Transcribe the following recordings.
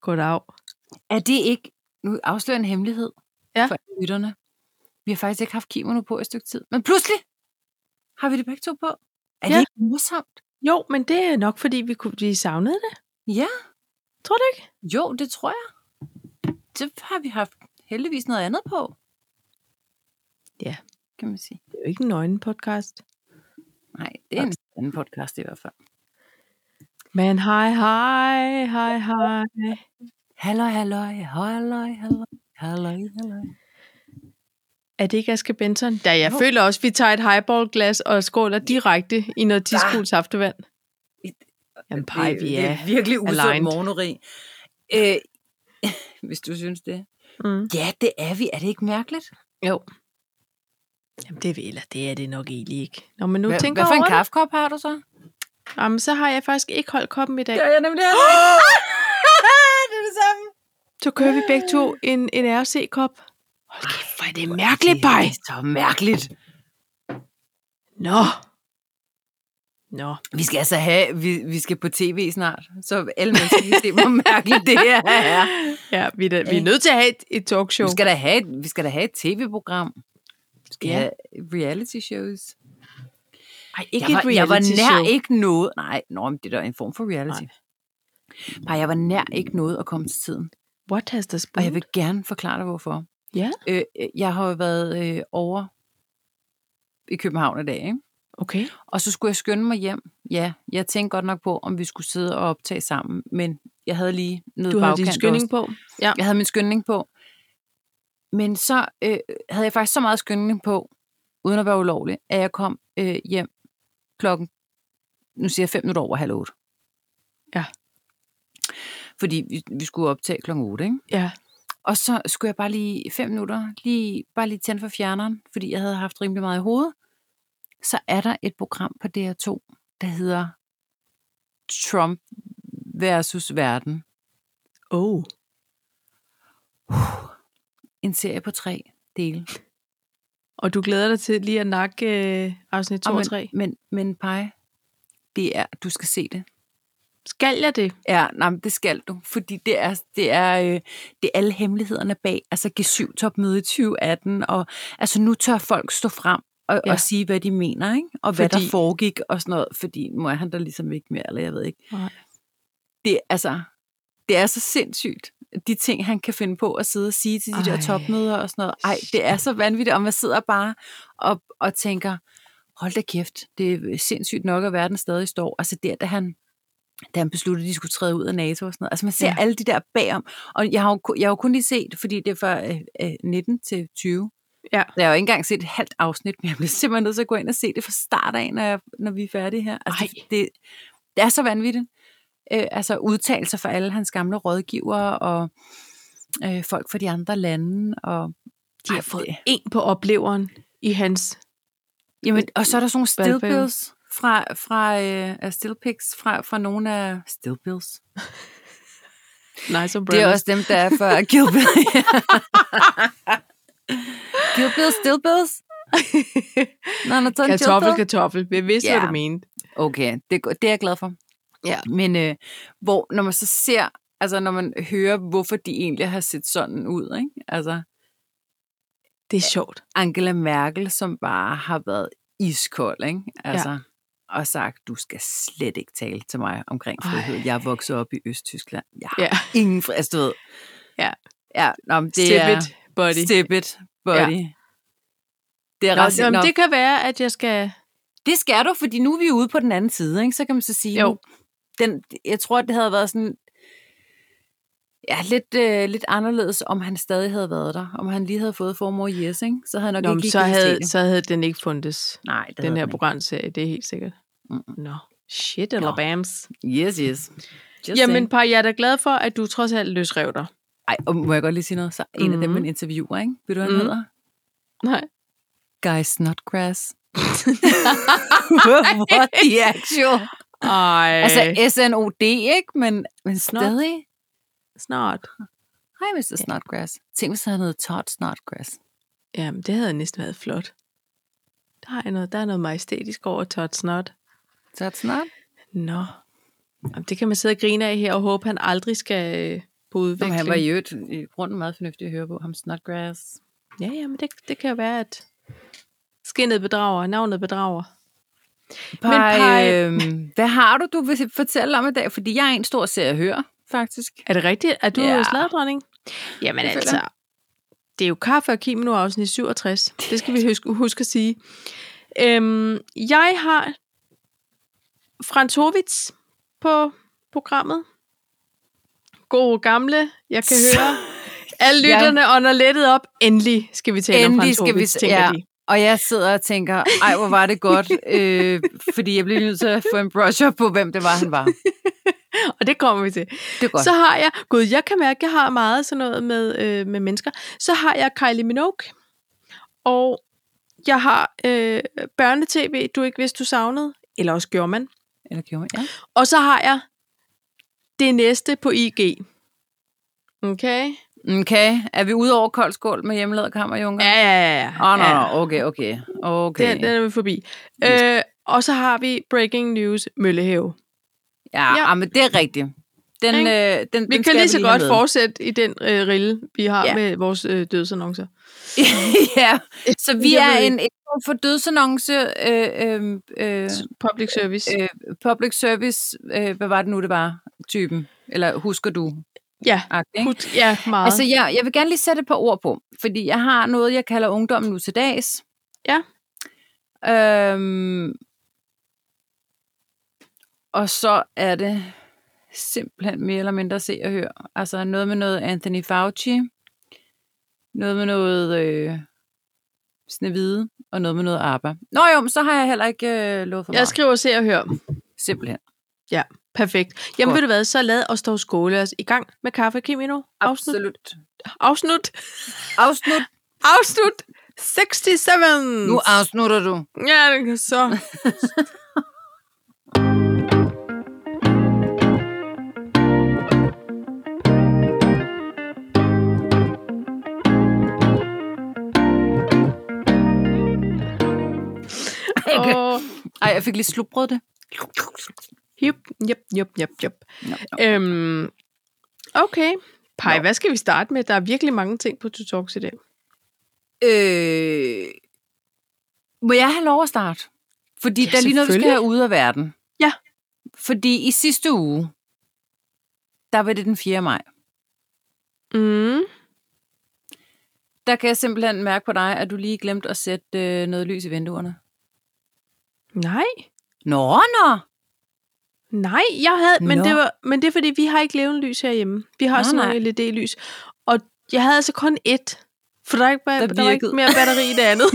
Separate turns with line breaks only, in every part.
Goddag.
Er det ikke, nu afslører en hemmelighed
Ja.
for alle lytterne. Vi har faktisk ikke haft kimono på i et stykke tid, men pludselig har vi det begge to på. Er ja.
Ja.
det ikke morsomt?
Jo, men det er nok, fordi vi, kunne, vi savnede det.
Ja,
Tror du ikke?
jo, det tror jeg. Det har vi haft heldigvis noget andet på.
Ja.
Kan man sige.
Det er jo ikke en nøgen podcast.
Nej, det er en anden podcast i hvert fald.
Men hej, hej, hej, hej.
Halløj, halløj, halløj, halløj, halløj, halløj.
Er det ikke Aske Benson? Ja, jeg
Jo.
føler også, at vi tager et highballglas og skåler direkte i noget tiskols saftevand. Jamen, pej, vi
det
er.
er virkelig usund
aligned.
morgeneri. Øh, hvis du synes det.
Mm.
Ja, det er vi. Er det ikke mærkeligt?
Jo. Jamen, det, er- eller det er det nok egentlig ikke. Nå, men nu
Hva- Hvad
tænker jeg
for
over
en
det.
kaffekop har du så?
Jamen, så har jeg faktisk ikke holdt koppen i dag.
jeg nemlig oh! Det er det samme.
Så kører vi begge to en, en RC-kop. Hold kæft, hvor er det mærkeligt, Paj.
Det er så mærkeligt.
Nå. Nå.
Vi skal altså have, vi, vi skal på tv snart, så alle mennesker kan se, hvor mærkeligt det her er.
Ja, vi er, da, vi er nødt til at have et, et talkshow.
Vi skal da have et, vi skal da have et tv-program. Vi skal
Ja.
ja. have reality shows.
Ej, ikke
jeg var,
et reality
jeg var nær
show.
ikke noget. Nej, nå, men det er da en form for reality. Nej, jeg var nær ikke noget at komme til tiden.
What has the spoon?
Og jeg vil gerne forklare dig, hvorfor.
Ja.
Øh, øh, jeg har jo været øh, over i København i dag, ikke?
Okay.
Og så skulle jeg skynde mig hjem. Ja, jeg tænkte godt nok på, om vi skulle sidde og optage sammen, men jeg havde lige noget
Du har
bagkant
din
også.
skynding på. Ja.
Jeg havde min skyndning på. Men så øh, havde jeg faktisk så meget skyndning på, uden at være ulovlig, at jeg kom øh, hjem klokken, nu siger jeg fem minutter over halv otte.
Ja.
Fordi vi, vi skulle optage klokken 8, ikke?
Ja.
Og så skulle jeg bare lige fem minutter, lige, bare lige tænde for fjerneren, fordi jeg havde haft rimelig meget i hovedet. Så er der et program på DR2, der hedder Trump versus verden.
Oh.
En serie på tre dele.
Og du glæder dig til lige at nakke øh, afsnit 2
Ej, Ah,
og
men,
3.
Men, men Paj, det er, du skal se det.
Skal jeg det?
Ja, nej, men det skal du, fordi det er, det er, øh, det er alle hemmelighederne bag, altså G7-topmøde i 2018, og altså nu tør folk stå frem og, ja.
Ja.
og sige, hvad de mener, ikke? og fordi... hvad
Fordi-
der foregik og sådan noget, fordi nu er han der ligesom ikke mere, eller jeg ved ikke.
Nej.
Det, altså, det er så sindssygt, de ting, han kan finde på at sidde og sige til de Ej. der
Ej.
topmøder og sådan noget. Ej, det er så vanvittigt, og man sidder bare og, og tænker, hold da kæft, det er sindssygt nok, at verden stadig står. Altså der, da han, da han besluttede, at de skulle træde ud af NATO og sådan noget. Altså man ser
Ja.
ja. alle de der bagom. Og jeg har jo, ku- jeg har jo kun lige set, fordi det er fra øh, øh, 19 til 20.
Ja.
Så jeg har jo ikke engang set et halvt afsnit, men jeg bliver simpelthen nødt til at gå ind og se det fra start af, når, jeg, når vi er færdige her. Altså,
Ej.
det, det er så vanvittigt. Øh, altså udtalelser fra alle hans gamle rådgivere og øh, folk fra de andre lande. Og de
De har fået en på opleveren i hans...
Jamen, og så er der sådan nogle
Valgperiode.
stillbills fra, fra øh, øh, stillpics fra, fra nogle af... Stillbills?
Nice umbrella.
Det er også dem, der er for Kill Bill. Kill Bill, stillbills? Nå, når tager en Kill
kartoffel,
Bill?
kartoffel. Jeg vidste,
Ja.
hvad du mente.
Okay, det, er go- det er jeg glad for.
Ja.
Men øh, hvor, når man så ser, altså når man hører, hvorfor de egentlig har set sådan ud, ikke? Altså
Det er sjovt.
Angela Merkel, som bare har været iskold, ikke? Altså, ja. og sagt, du skal slet ikke tale til mig omkring frihed.
Ej.
Jeg er vokset op i Østtyskland. Jeg har
Ja.
ingen frihed, altså, du ved.
Ja.
Ja, nå, men det
Step
er...
it, buddy.
Step it, buddy. Ja. Det er
Nå,
ret
jamen,
nå,
det kan være, at jeg skal...
det skal du, fordi nu er vi ude på den anden side, ikke? så kan man så sige,
Jo.
nu- Den, jeg tror, det havde været sådan, ja, lidt, øh, lidt anderledes, om han stadig havde været der. Om han lige havde fået formor Yes, ikke? så havde han nok
Nå,
ikke
men
gik
så havde,
det.
så havde den ikke fundet
Nej, det
den her
program.
programserie, det er helt sikkert.
Mm-mm.
Nå, shit eller
Nå.
bams.
Yes, yes. Just
Jamen,
saying.
par, jeg er da glad for, at du trods alt løsrev dig.
Ej, og må jeg godt lige sige noget? Så en af dem,
Mhm.
man interviewer, ikke? Ved du, hvad han
Mhm.
hedder?
Nej.
Guy Snodgrass. What the actual?
Ej,
Altså SNOD, ikke? Men, men
Snot.
stadig.
snart.
Hej, Mr. Snodgrass. Tænk, hvis han hed Todd Snodgrass.
Jamen, det havde næsten været flot. Der er noget, der er noget majestætisk over Todd Snot.
Todd Snod?
Nå. Jamen, det kan man sidde og grine af her og håbe, han aldrig skal øh, på
Nå, men
udvikling.
han var i øvrigt i grunden meget fornuftig at høre på. Ham Snodgrass.
Ja, ja, men det, det kan jo være, at skinnet bedrager, navnet bedrager.
Paj,
Paj-
øhm, hvad har du, du vil fortælle om i dag? Fordi jeg er en stor serie at høre, faktisk.
Er det rigtigt? Er du
Ja.
ja. sladdronning? Jamen
Det føler
altså, det er jo kaffe og kim nu afsnit 67. Det skal vi huske, huske at sige. Øhm, jeg har Frantovits på programmet. God gamle, jeg kan høre. Alle
Ja.
lytterne ja. ånder lettet op. Endelig skal vi tale
Endelig
om
skal vi
Frantovits,
s-
tænker
ja.
ja. de.
Og jeg sidder og tænker, ej, hvor var det godt. øh, fordi jeg blev nødt til at få en brush-up på, hvem det var, han var.
Og det kommer vi til.
Det er godt.
Så har jeg, gud, jeg kan mærke, at jeg har meget sådan noget med, øh, med mennesker. Så har jeg Kylie Minogue, og jeg har øh, børnetv, du ikke vidste, du savnede, eller også gjorde man.
Eller gjorde man? Ja.
Og så har jeg det næste på IG. Okay?
Okay, er vi ude over kold skål med hjemmelavet kammerjunker?
Ja, ja, ja. ja.
Åh, oh, nej,
ja.
no, okay, okay. okay.
Den, den er vi forbi. Øh, og så har vi Breaking News Møllehave.
ja, ja.
ja.
Ah, men det er rigtigt. Den,
Ikke?
øh, den,
Vi
den
kan
skal
lige så
have
godt
med.
fortsætte i den øh, rille, vi har
Ja.
ja. med vores øh, dødsannoncer.
ja, så vi
Jeg
er
ved
en, en form for dødsannonce, øh, øh, øh,
Public service.
øh, public service, øh, hvad var det nu, det var, typen? Eller husker du?
ja,
Agtig, ikke?
put, ja, meget.
Altså, jeg, jeg vil gerne lige sætte et par ord på, fordi jeg har noget, jeg kalder ungdommen nu til dags.
Ja.
Øhm, og så er det simpelthen mere eller mindre se og høre. Altså noget med noget Anthony Fauci, noget med noget øh, Snevide, og noget med noget ABBA. Nå jo, men så har jeg heller ikke øh, lovet for meget.
Jeg skriver se og hør.
Simpelthen.
Perfekt. Jamen
Godt.
ved du hvad, så lad os dog skåle os i gang med kaffe, Kimino. Afsnit,
Absolut.
afsnit,
Afsnut.
afsnit 67.
Nu afsnutter du.
Ja, det kan så. Åh,
Ej, jeg fik lige slubret det.
Jup, jup, jup, jup, jup.
Nå.
Øhm, okay. Pej,
Nå.
hvad skal vi starte med? Der er virkelig mange ting på Tutox i dag.
Øh, må jeg have lov at starte? Fordi
Ja,
ja, der er lige noget, vi skal
selvfølgelig.
have ude af verden.
Ja.
Fordi i sidste uge, der var det den 4. maj.
Mm.
Der kan jeg simpelthen mærke på dig, at du lige glemte at sætte øh, noget lys i vinduerne.
Nej,
Nå, nå!
nej, jeg havde, men
Nå.
det, var, men det er fordi, vi har ikke levende lys herhjemme. Vi har
Nå,
sådan
nej.
nogle LED-lys. Og jeg havde altså kun ét, for der, er ikke,
Der
der, der var ikke
virkede.
mere batteri i det andet.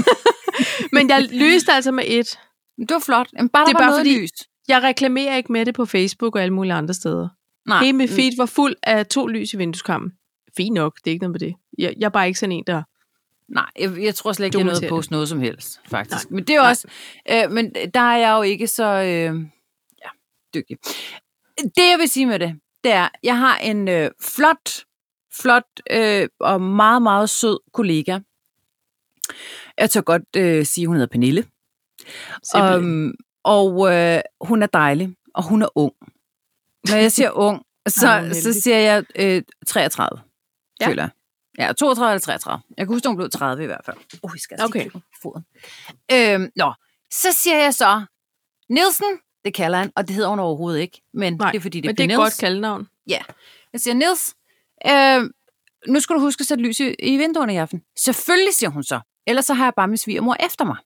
men jeg lyste altså med ét.
Men Det var flot. Jamen, bare,
Det
der
er
var
bare
noget
fordi-
lys.
Jeg reklamerer ikke med det på Facebook og alle mulige andre steder.
Nej. Mm.
Hele mit feed var fuld af to lys i vindueskammen. Fint nok, det er ikke noget med det. Jeg, jeg er bare ikke sådan en, der...
Nej, jeg, jeg tror slet ikke, jeg nåede at
Dokumentere det.
poste noget som helst, faktisk. Nej. Men det er
Nej.
også... Øh, men der er jeg jo ikke så øh, ja, dygtig. Det, jeg vil sige med det, det er, jeg har en øh, flot, flot øh, og meget, meget sød kollega. Jeg tør godt øh, sige, hun hedder Pernille.
simpelthen-
Um, og øh, hun er dejlig, og hun er ung. Når jeg siger ung,
Ej, hvor
så,
heldig.
så siger jeg øh, 33, ja.
Ja.
føler jeg. Ja, 32 eller 33. Jeg kan huske, hun blev 30 i hvert fald. Åh, oh, jeg skal
Okay.
okay. foden. Øhm, nå, så siger jeg så, Nielsen, det kalder han, og det hedder hun overhovedet ikke, men Nej,
Nej,
det er fordi, det
Men
bliver
det er et
Niels.
godt kaldenavn.
Jeg siger, Niels, øh, nu skal du huske at sætte lys i, i vinduerne i aften. Selvfølgelig, siger hun så. Ellers så har jeg bare min svigermor efter mig.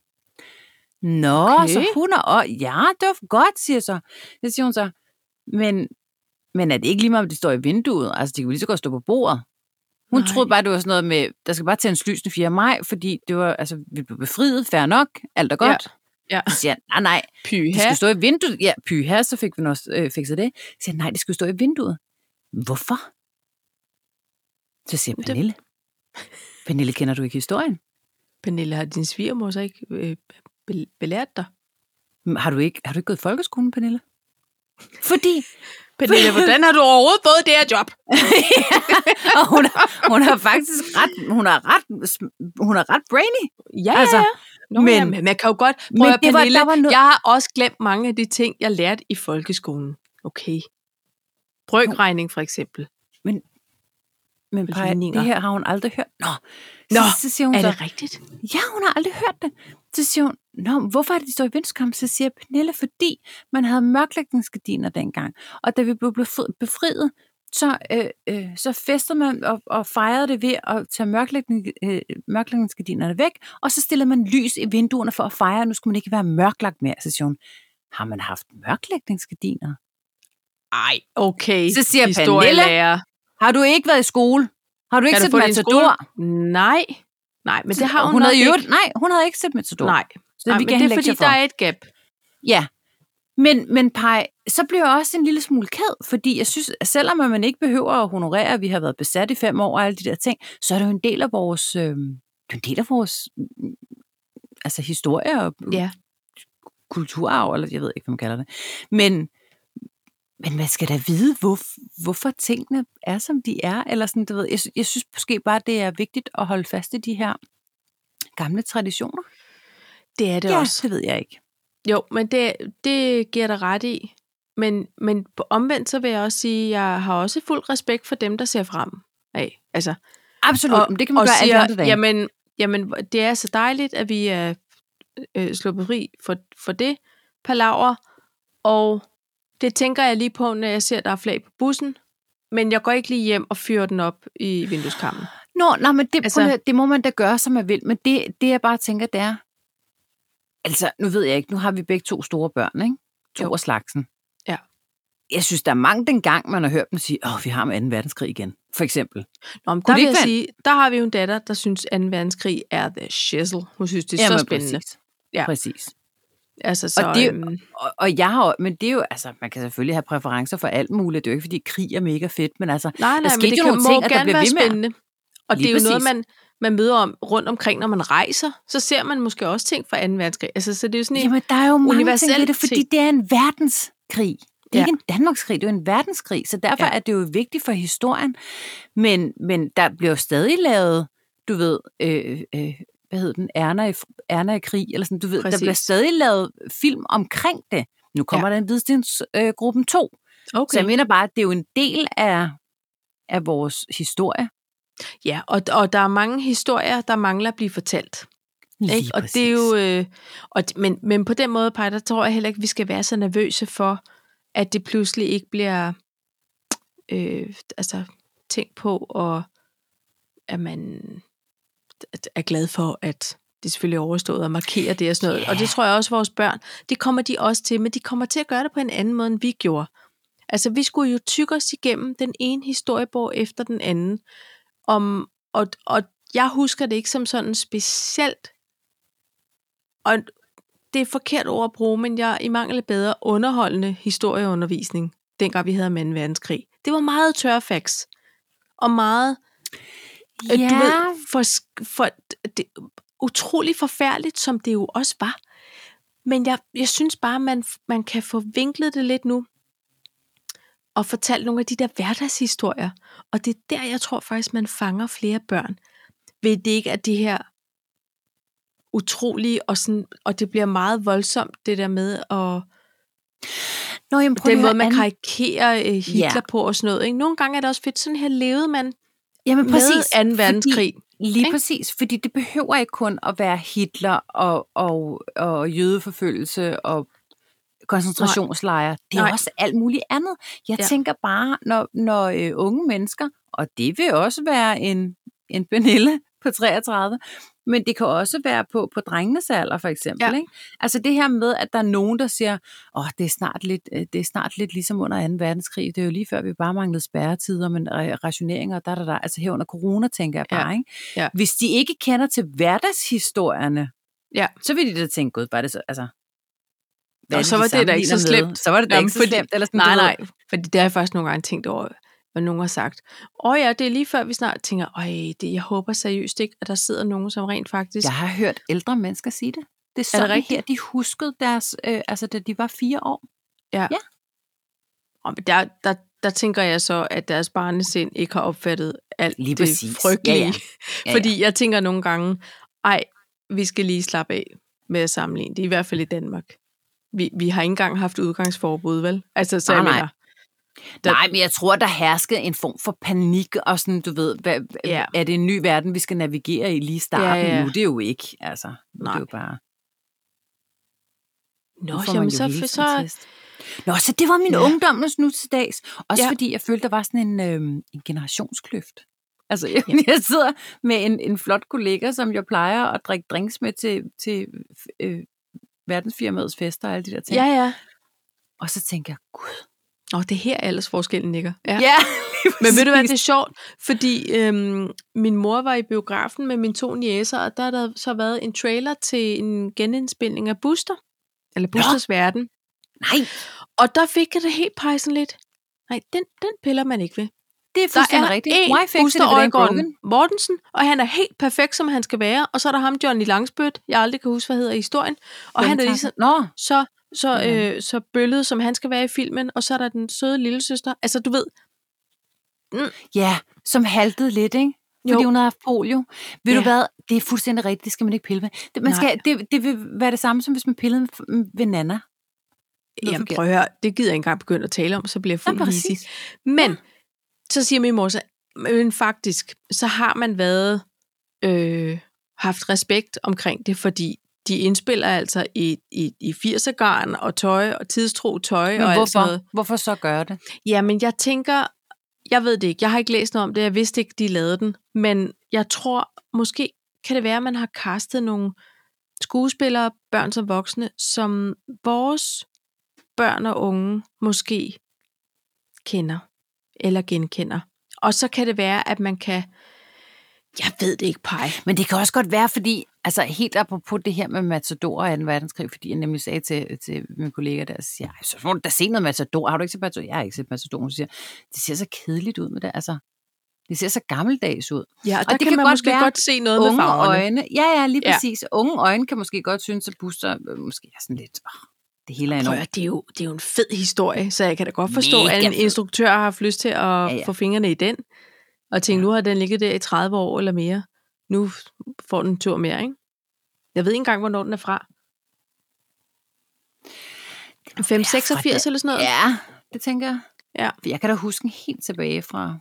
Nå, okay.
Okay.
så hun er og ja, det var godt, siger jeg så. Så siger hun så, men, men er det ikke lige meget, om det står i vinduet? Altså, det kan jo lige så godt stå på bordet. Hun Nej.
Nej.
troede bare, det var sådan noget med, der skal bare tændes lys den 4. maj, fordi det var, altså, vi blev befriet, fair nok, alt er
Ja.
godt.
Ja.
Så siger jeg, nej, nej, det
Pyha.
skulle stå i vinduet. Ja, pyha, så fik vi den også øh, fikset det. Så siger jeg, nej, det skulle stå i vinduet. Hvorfor? Så siger
Det-
Pernille. Pernille, kender du ikke historien?
Pernille, har din svigermor så ikke øh, be- belært dig?
"Men Har du ikke, har du ikke gået i folkeskolen, Pernille? Fordi
Pernille, hvordan har du overhovedet fået det her job?
og hun, er, hun er faktisk ret, hun er ret, hun er ret brainy.
Ja,
Altså,
altså, Nå,
men-
men, ja, men man kan jo godt... Prøv
Men
men at,
det var-
Pernille,
der var noget-
jeg har også glemt mange af de ting, jeg
Mm,
lærte i folkeskolen. Okay. Brygregning for eksempel.
Men Paj,
ligninger.
det her har hun aldrig hørt. Nå,
Nå,
så, så siger hun
Er
så,
det rigtigt?
ja, hun har aldrig hørt det. Så siger hun, Nå, men hvorfor er det, de står i vindskamp? Så siger Pernille, fordi man havde mørklægningsgardiner dengang. Og da vi blev befri- befriet, så, øh, øh, så festede man og, og fejrede det ved at tage mørklægning, øh, mørklægningsgardinerne væk, og så stillede man lys i vinduerne for at fejre, at nu skulle man ikke være mørklagt mere. Så siger hun, har man haft mørklægningsgardiner?
Ej, okay.
Så siger
Historielærer.
Har du ikke været i skole? Har du ikke
Kan du
set
få din
Matador?
Nej. Nej, men det har hun,
hun
nok
havde
ikke.
jo nej, hun havde ikke set Matador.
Nej,
så
Nej
vi
men
kan
det er
hende
fordi,
lektier for.
der er et gap.
Ja. Men, men pej, så bliver jeg også en lille smule ked, fordi jeg synes, at selvom at man ikke behøver at honorere, at vi har været besat i fem år og alle de der ting, så er det jo en del af vores, øh, det er jo en del af vores øh, altså historie og øh,
Ja.
kulturarv, eller jeg ved ikke, hvad man kalder det. Men, men man skal da vide, hvor, hvorfor tingene er, som de er. Eller sådan, du ved, jeg, sy- jeg synes måske bare, det er vigtigt at holde fast i de her gamle traditioner.
Det er det
ja,
også.
det ved jeg ikke.
Jo, men det, det giver dig ret i. Men, men på omvendt, så vil jeg også sige, at jeg har også fuld respekt for dem, der ser frem af. Altså,
Absolut, og, men det kan man
og
gøre alle de andre
siger,
dage.
jamen, jamen, det er så dejligt, at vi er øh, sluppet fri for, for det palaver, og det tænker jeg lige på, når jeg ser, der er flag på bussen, men jeg går ikke lige hjem og fyrer den op i vindueskammen.
Nå, nej, men det,
Altså-
altså, prøv, lige at- det må man da gøre, som man vil. Men det, det jeg bare tænker, det er... Altså, nu ved jeg ikke, nu har vi begge to store børn, ikke? To
Jo.
jo. af slagsen.
Ja.
Jeg synes, der er mange dengang, man har hørt dem sige, åh, vi har med 2. verdenskrig igen, for eksempel.
Nå, men
Kunne
der
det ikke
vil jeg
være-
sige, der har vi jo en datter, der synes 2. verdenskrig er the shizzle. Hun synes, det er så
Jamen,
spændende.
Præcis.
Ja.
Ja. præcis.
Altså, så,
det er jo-
øhm,
Og, og jeg har, jo- men det er jo, altså, man kan selvfølgelig have præferencer for alt muligt. Det er jo ikke, fordi krig er mega fedt, men altså,
Nej, nej,
skete
men det
jo
kan,
nogle
må
ting, at der
gerne
bliver
være
ved med at-
spændende. Og det
Lige
er jo noget,
præcis.
man, man møder om rundt omkring, når man rejser. Så ser man måske også ting fra 2. verdenskrig. Altså, så det er jo sådan en...
Jamen, der er jo mange ting
universel
ved det, fordi
ting.
det er en verdenskrig. Det er
Ja.
ja. ikke en Danmarkskrig, det er jo en verdenskrig, så derfor
Ja.
ja. er det jo vigtigt for historien. Men, men der bliver jo stadig lavet, du ved, øh, øh, hvad hedder den, Erna i, Erna i krig, eller sådan, du ved,
Præcis.
der bliver stadig lavet film omkring det. Nu kommer ja. den vidstensgruppen øh, gruppen 2. Okay. Så jeg mener bare, at det er jo en del af, af vores historie.
Ja, og, og der er mange historier, der mangler at blive fortalt. Ikke? Og det er jo... Øh, og, d- men, men på den måde, Paj, der tror jeg heller ikke, vi skal være så nervøse for, at det pludselig ikke bliver øh, altså, tænkt på, og at man at- er glad for, at det selvfølgelig er overstået og markerer det og sådan noget.
Ja.
Og det tror jeg også, vores børn, det kommer de også til, men de kommer til at gøre det på en anden måde, end vi gjorde. Altså, vi skulle jo tykke os igennem den ene historiebog efter den anden. Om, og, og jeg husker det ikke som sådan specielt, og det er et forkert ord at bruge, men jeg i mangel af bedre underholdende historieundervisning, dengang vi havde om 2. verdenskrig. Det var meget tørre facts, og meget Øh,
ja.
Du ved, for, for, det, utrolig forfærdeligt, som det jo også var. Men jeg, jeg synes bare, man, man kan få vinklet det lidt nu, og fortalt nogle af de der hverdagshistorier. Og det er der, jeg tror faktisk, man fanger flere børn. Ved det ikke, at det her utrolige, og, sådan, og det bliver meget voldsomt, det der med at
Nå, jamen,
den
lige
måde,
at
man
an-
karikerer øh, Hitler
Ja.
på og sådan noget. Ikke? Nogle gange er det også fedt, sådan her levede man
Jamen, præcis,
med 2. verdenskrig.
Lige
Ikke?
ikke? præcis, fordi det behøver ikke kun at være Hitler og, og, og jødeforfølgelse og koncentrationslejre. Det er
Nej.
også alt muligt andet. Jeg
Ja.
ja. tænker bare, når, når øh, unge mennesker, og det vil også være en, en Pernille på 33, men det kan også være på, på drengenes alder, for eksempel.
Ja.
Ikke? Altså det her med, at der er nogen, der siger, åh, det er snart lidt, øh, det er snart lidt ligesom under 2. verdenskrig. Det er jo lige før, vi bare manglede spærretider, men øh, rationeringer og da, da, da. Altså her under corona, tænker jeg
Ja.
bare. Ikke?
Ja.
Hvis de ikke kender til hverdagshistorierne,
Ja.
så vil de da tænke, gud, var det så, altså...
Nå,
er
så var det da
sammenligner
ikke så
med?
slemt.
Så var det da
Jamen,
ikke så
fordi-
slemt. Eller sådan,
Nej,
du ved.
nej, fordi det har jeg faktisk nogle gange tænkt over, hvad nogen har sagt. Og ja, det er lige før, vi snart tænker, øj, det, jeg håber seriøst ikke, at der sidder nogen, som rent faktisk...
Jeg har hørt ældre mennesker sige det. Det er
Er det
sådan
rigtigt?
her, de huskede deres, øh, altså da de var fire år.
Og der, der, der tænker jeg så, at deres barnesind ikke har opfattet alt
Lige
det
præcis.
frygtelige.
Ja, ja. Ja,
Fordi jeg tænker nogle gange, ej, vi skal lige slappe af med at sammenligne det, i hvert fald i Danmark. Vi, vi har ikke engang haft udgangsforbud, vel? Altså, så
Nej,
jeg
nej.
mener,
Der... Nej, men jeg tror, der herskede en form for panik, og sådan, du ved, hvad,
Ja.
ja. er det en ny verden, vi skal navigere i lige i starten?
Ja,
Ja,
ja.
ja. Nu er det jo ikke, altså. Nu er
Nej.
det jo bare...
Nå,
Nu får man
jamen
jo
så,
hele
så,
tiden
så
test. Nå, så det var min
Ja.
ja. ungdommens nu til dags. Også
Ja.
ja. fordi jeg følte, der var sådan en, øhm, en generationskløft. Altså, jeg, ja. jeg sidder med en, en flot kollega, som jeg plejer at drikke drinks med til, til øh, verdensfirmaets fester og alle de der ting.
Ja, ja.
Og så tænker jeg, gud.
Nå, det er her aldersforskellen ligger. Ja.
lige
Men ved du hvad,
præcis.
det er sjovt, fordi øhm, min mor var i biografen med mine to niæser, og der har der så været en trailer til en genindspilning af Buster, eller Busters Verden.
Nej,
Og der fik jeg det helt pejsen lidt. Nej, den, den piller man ikke ved.
det er
Der
fuldstændig
er
rigtigt.
én
Why fix it if
Buster
it ain't
Øjgaard
broken?
Mortensen, og han er helt perfekt, som han skal være. Og så er der ham, Johnny Langsbødt, jeg aldrig kan huske, hvad hedder i historien. Og han er lige så,
Nå,
så, så,
Mhm.
øh, så bøllet, som han skal være i filmen. Og så er der den søde lille søster. Altså, du ved,
ja, som haltede lidt, ikke? Fordi
Jo.
hun havde haft polio. Ved
Ja.
du hvad? Det er fuldstændig rigtigt. Det skal man ikke pille ved. Det, man
Nej.
skal, det, det vil være det samme, som hvis man pillede ved Nana. Noget
Jamen
forkert.
prøv at høre, det gider jeg ikke engang begynde at tale om, så bliver jeg
Ja,
fuldt
præcis.
hissig. Men så siger min mor så, men faktisk, så har man været, øh, haft respekt omkring det, fordi de indspiller altså i, i, i 80'er garn og tøj og tidstro tøj
Men
og alt sådan
hvorfor?
noget.
Hvorfor så gøre det?
Jamen jeg tænker, jeg ved det ikke, jeg har ikke læst noget om det, jeg vidste ikke, de lavede den, men jeg tror, måske kan det være, at man har kastet nogle skuespillere, børn som voksne, som vores børn og unge måske kender eller genkender. Og så kan det være, at man kan, jeg ved det ikke, pege.
Men det kan også godt være, fordi, altså helt apropos det her med Matador og 2. verdenskrig, fordi jeg nemlig sagde til, til min kollega der, så siger, jeg, så må du da se noget Matador. Har du ikke set Matador? Jeg har ikke set Matador. Hun siger, det ser så kedeligt ud med det, altså. Det ser så gammeldags ud.
Ja, og
der kan
det kan, kan man
godt
måske
være
godt se noget med
Unge
farverne.
øjne. Ja, ja, lige
Ja.
præcis. Ja. Unge øjne kan måske godt synes, at Buster øh, måske er sådan lidt, åh, det hele er
Prøv at,
enormt.
høre, det, er jo, det er jo en fed historie, så jeg kan da godt forstå,
Mega
at en
fed.
instruktør har haft lyst til at ja, ja.
ja.
få fingrene i den, og tænke,
Ja.
nu har den ligget der i 30 år eller mere. Nu får den en tur mere, ikke? Jeg ved ikke engang, hvornår den er fra. 5, 86 eller sådan noget?
Ja, det tænker jeg.
Ja.
For jeg kan da huske den helt tilbage fra...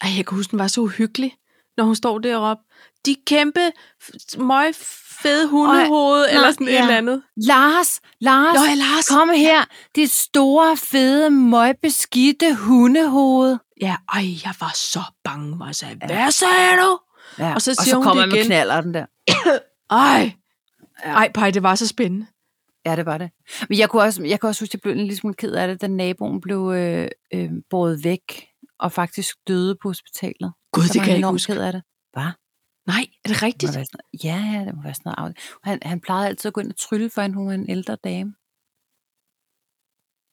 Ej, jeg kan huske, den var så uhyggelig, når hun står deroppe. De kæmpe, f- møg fede hundehoved,
nej,
eller sådan et
ja.
eller andet.
Lars! Lars!
Nå, ja, Lars!
Kom her, dit store, fede, møgbeskidte hundehoved.
Ja, ej, jeg var så bange, hvor jeg sagde, hvad sagde du?
Ja.
Og så siger hun det igen.
knaller den der.
Ej,
Ja.
ej, pej, det var så spændende.
Ja, det var det. Men jeg kunne også, jeg kunne også huske, at jeg blev en lille smule ked af det, da naboen blev øh, øh, båret væk og faktisk døde på hospitalet.
Gud,
Så
det
var
kan jeg
han
ikke
enormt
huske.
ked af det. Hvad?
Nej, er det
Det
rigtigt?
må være sådan noget- Ja, ja, det må være sådan noget. arveligt. Han, han plejede altid at gå ind og trylle for hende, hun var en ældre dame.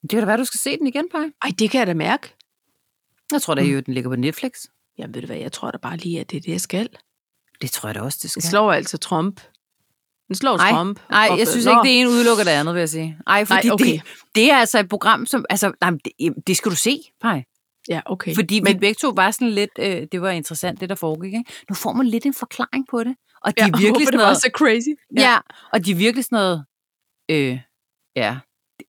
Det kan da være, du skal se den igen, Paj.
Ej, det kan jeg da mærke.
Jeg tror da,
Mm.
jo, den ligger på Netflix.
Jamen ved du hvad, jeg tror da bare lige, at det er det, jeg skal.
Det tror jeg da også, det
Den
skal.
slår altså Trump. Den slår
Ej,
Trump.
Nej,
Og-
jeg synes
Nå.
ikke, det ene udelukker det andet, vil jeg sige. Ej, fordi nej,
Nej, okay.
okay. det, det er altså et program, som... Altså, nej, men det, det skal du se, Paj.
Ja, okay.
Fordi men,
Men-
vi begge to var sådan lidt... Øh, det var interessant, det der foregik. Ikke? Nu får man lidt en forklaring på det. Og de
ja,
er virkelig
hvorfor
sådan
det var
noget...
så crazy.
Ja. ja, og de er virkelig sådan noget... Øh, ja,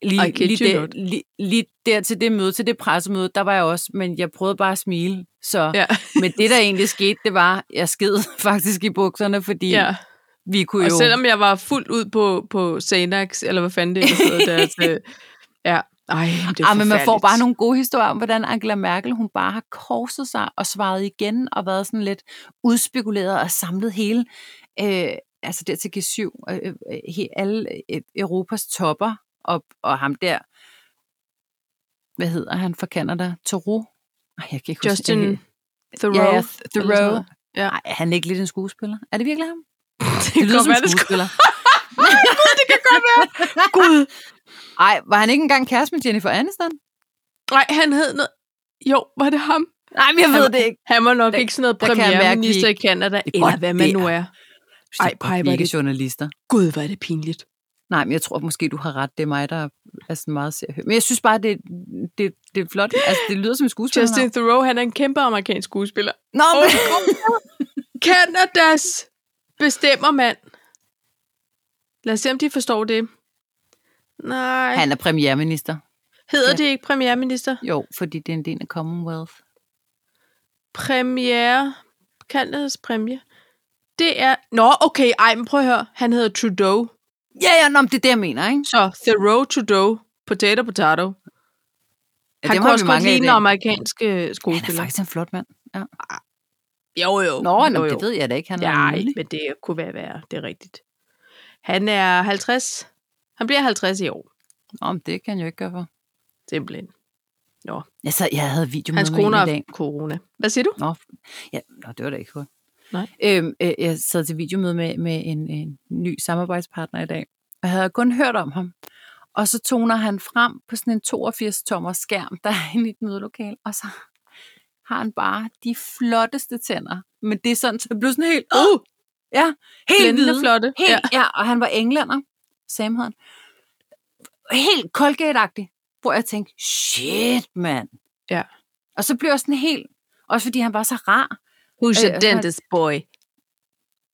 I
lige,
kid
lige,
you
der,
not.
lige, lige der til det møde, til det pressemøde, der var jeg også, men jeg prøvede bare at smile. Så, ja.
Ja.
Men det, der egentlig skete, det var, jeg sked faktisk i bukserne, fordi
ja.
ja. vi kunne
Og
jo...
selvom jeg var fuldt ud på, på Xanax, eller hvad fanden det er, hedder, der til... Ja, ej, det er
Ah, men man får
forfærdeligt.
bare nogle gode historier om, hvordan Angela Merkel, hun bare har korset sig og svaret igen og været sådan lidt udspekuleret og samlet hele, øh, altså der til G7, øh, øh, he- alle øh, Europas topper og, og ham der, hvad hedder han fra Canada? Thoreau? Ej, jeg kan ikke
Justin
huske. Thoreau. Ja, ja,
Thoreau. eller sådan
Thoreau.
noget. Ja.
Ej, er han ikke lidt en skuespiller? Er det virkelig ham?
Det,
Det lyder
kan
som
være,
en
det
skuespiller.
skulle...
Gud, Ej, var han ikke engang kæreste med Jennifer Aniston?
Nej, han hed noget... Jo, var det ham?
Nej, men jeg
ved
det ikke.
Han var nok
Der-
ikke sådan noget
der kan jeg mærke,
premierminister
vi
i Canada,
Det er
eller
godt,
hvad man
det
nu
er-
er. Ej,
Ej,
Paj, hvor er
pej, var
det-
det journalister.
Gud, hvor er det pinligt.
Nej, men jeg tror måske, du har ret. Det er mig, der er sådan meget seriøs. Men jeg synes bare, det, det, det er flot. Altså, det lyder som en skuespiller.
Justin Thoreau, han er en kæmpe amerikansk skuespiller.
Nå, men...
Kanadas bestemmer mand. Lad os se, om de forstår det. Nej.
Han er premierminister.
Hedder
Ja.
det ikke premierminister?
Jo, fordi det er en del af Commonwealth.
Premiere. Kanadas præmie. Det er... Nå, okay, ej, men prøv at høre. Han hedder Trudeau.
Ja, ja, nå, men det er det, jeg mener, ikke?
Så Thoreau Trudeau. Potato, potato.
Ja,
Ja, han
dem
kunne
har
også
vi
godt
mange af i
ligne
dag.
amerikanske
Han er
skuespiller.
faktisk en flot mand.
Jo, jo.
Nå, nå,
jo,
det ved jeg da ikke. Han er
Nej,
nydelig.
men det kunne være værre. Det er rigtigt. Han er 50. Han bliver 50 i år,
Nå, men det kan jeg jo ikke gøre for.
simpelthen.
Jeg, sad, jeg havde video med
Hans kone
en i
har
dag.
haft corona. Hvad siger du?
Nå, f- ja, nå, det var da ikke godt.
Nej.
Øhm, øh, jeg sad til videomøde med, med en, en ny samarbejdspartner i dag, og havde kun hørt om ham. Og så toner han frem på sådan en 82-tommer skærm, der er inde i et mødelokal, og så har han bare de flotteste tænder. Men det er sådan, så jeg blev sådan helt,
Uh,
ja, helt
blændende
hvide.
flotte.
Helt,
Ja.
ja. ja, og han var englænder, Sam hed han. Helt Colgate-agtig, hvor jeg tænkte, shit, mand.
Ja.
Og så blev jeg sådan helt, også fordi han var så rar.
Who's
a dentist
boy?
Ja.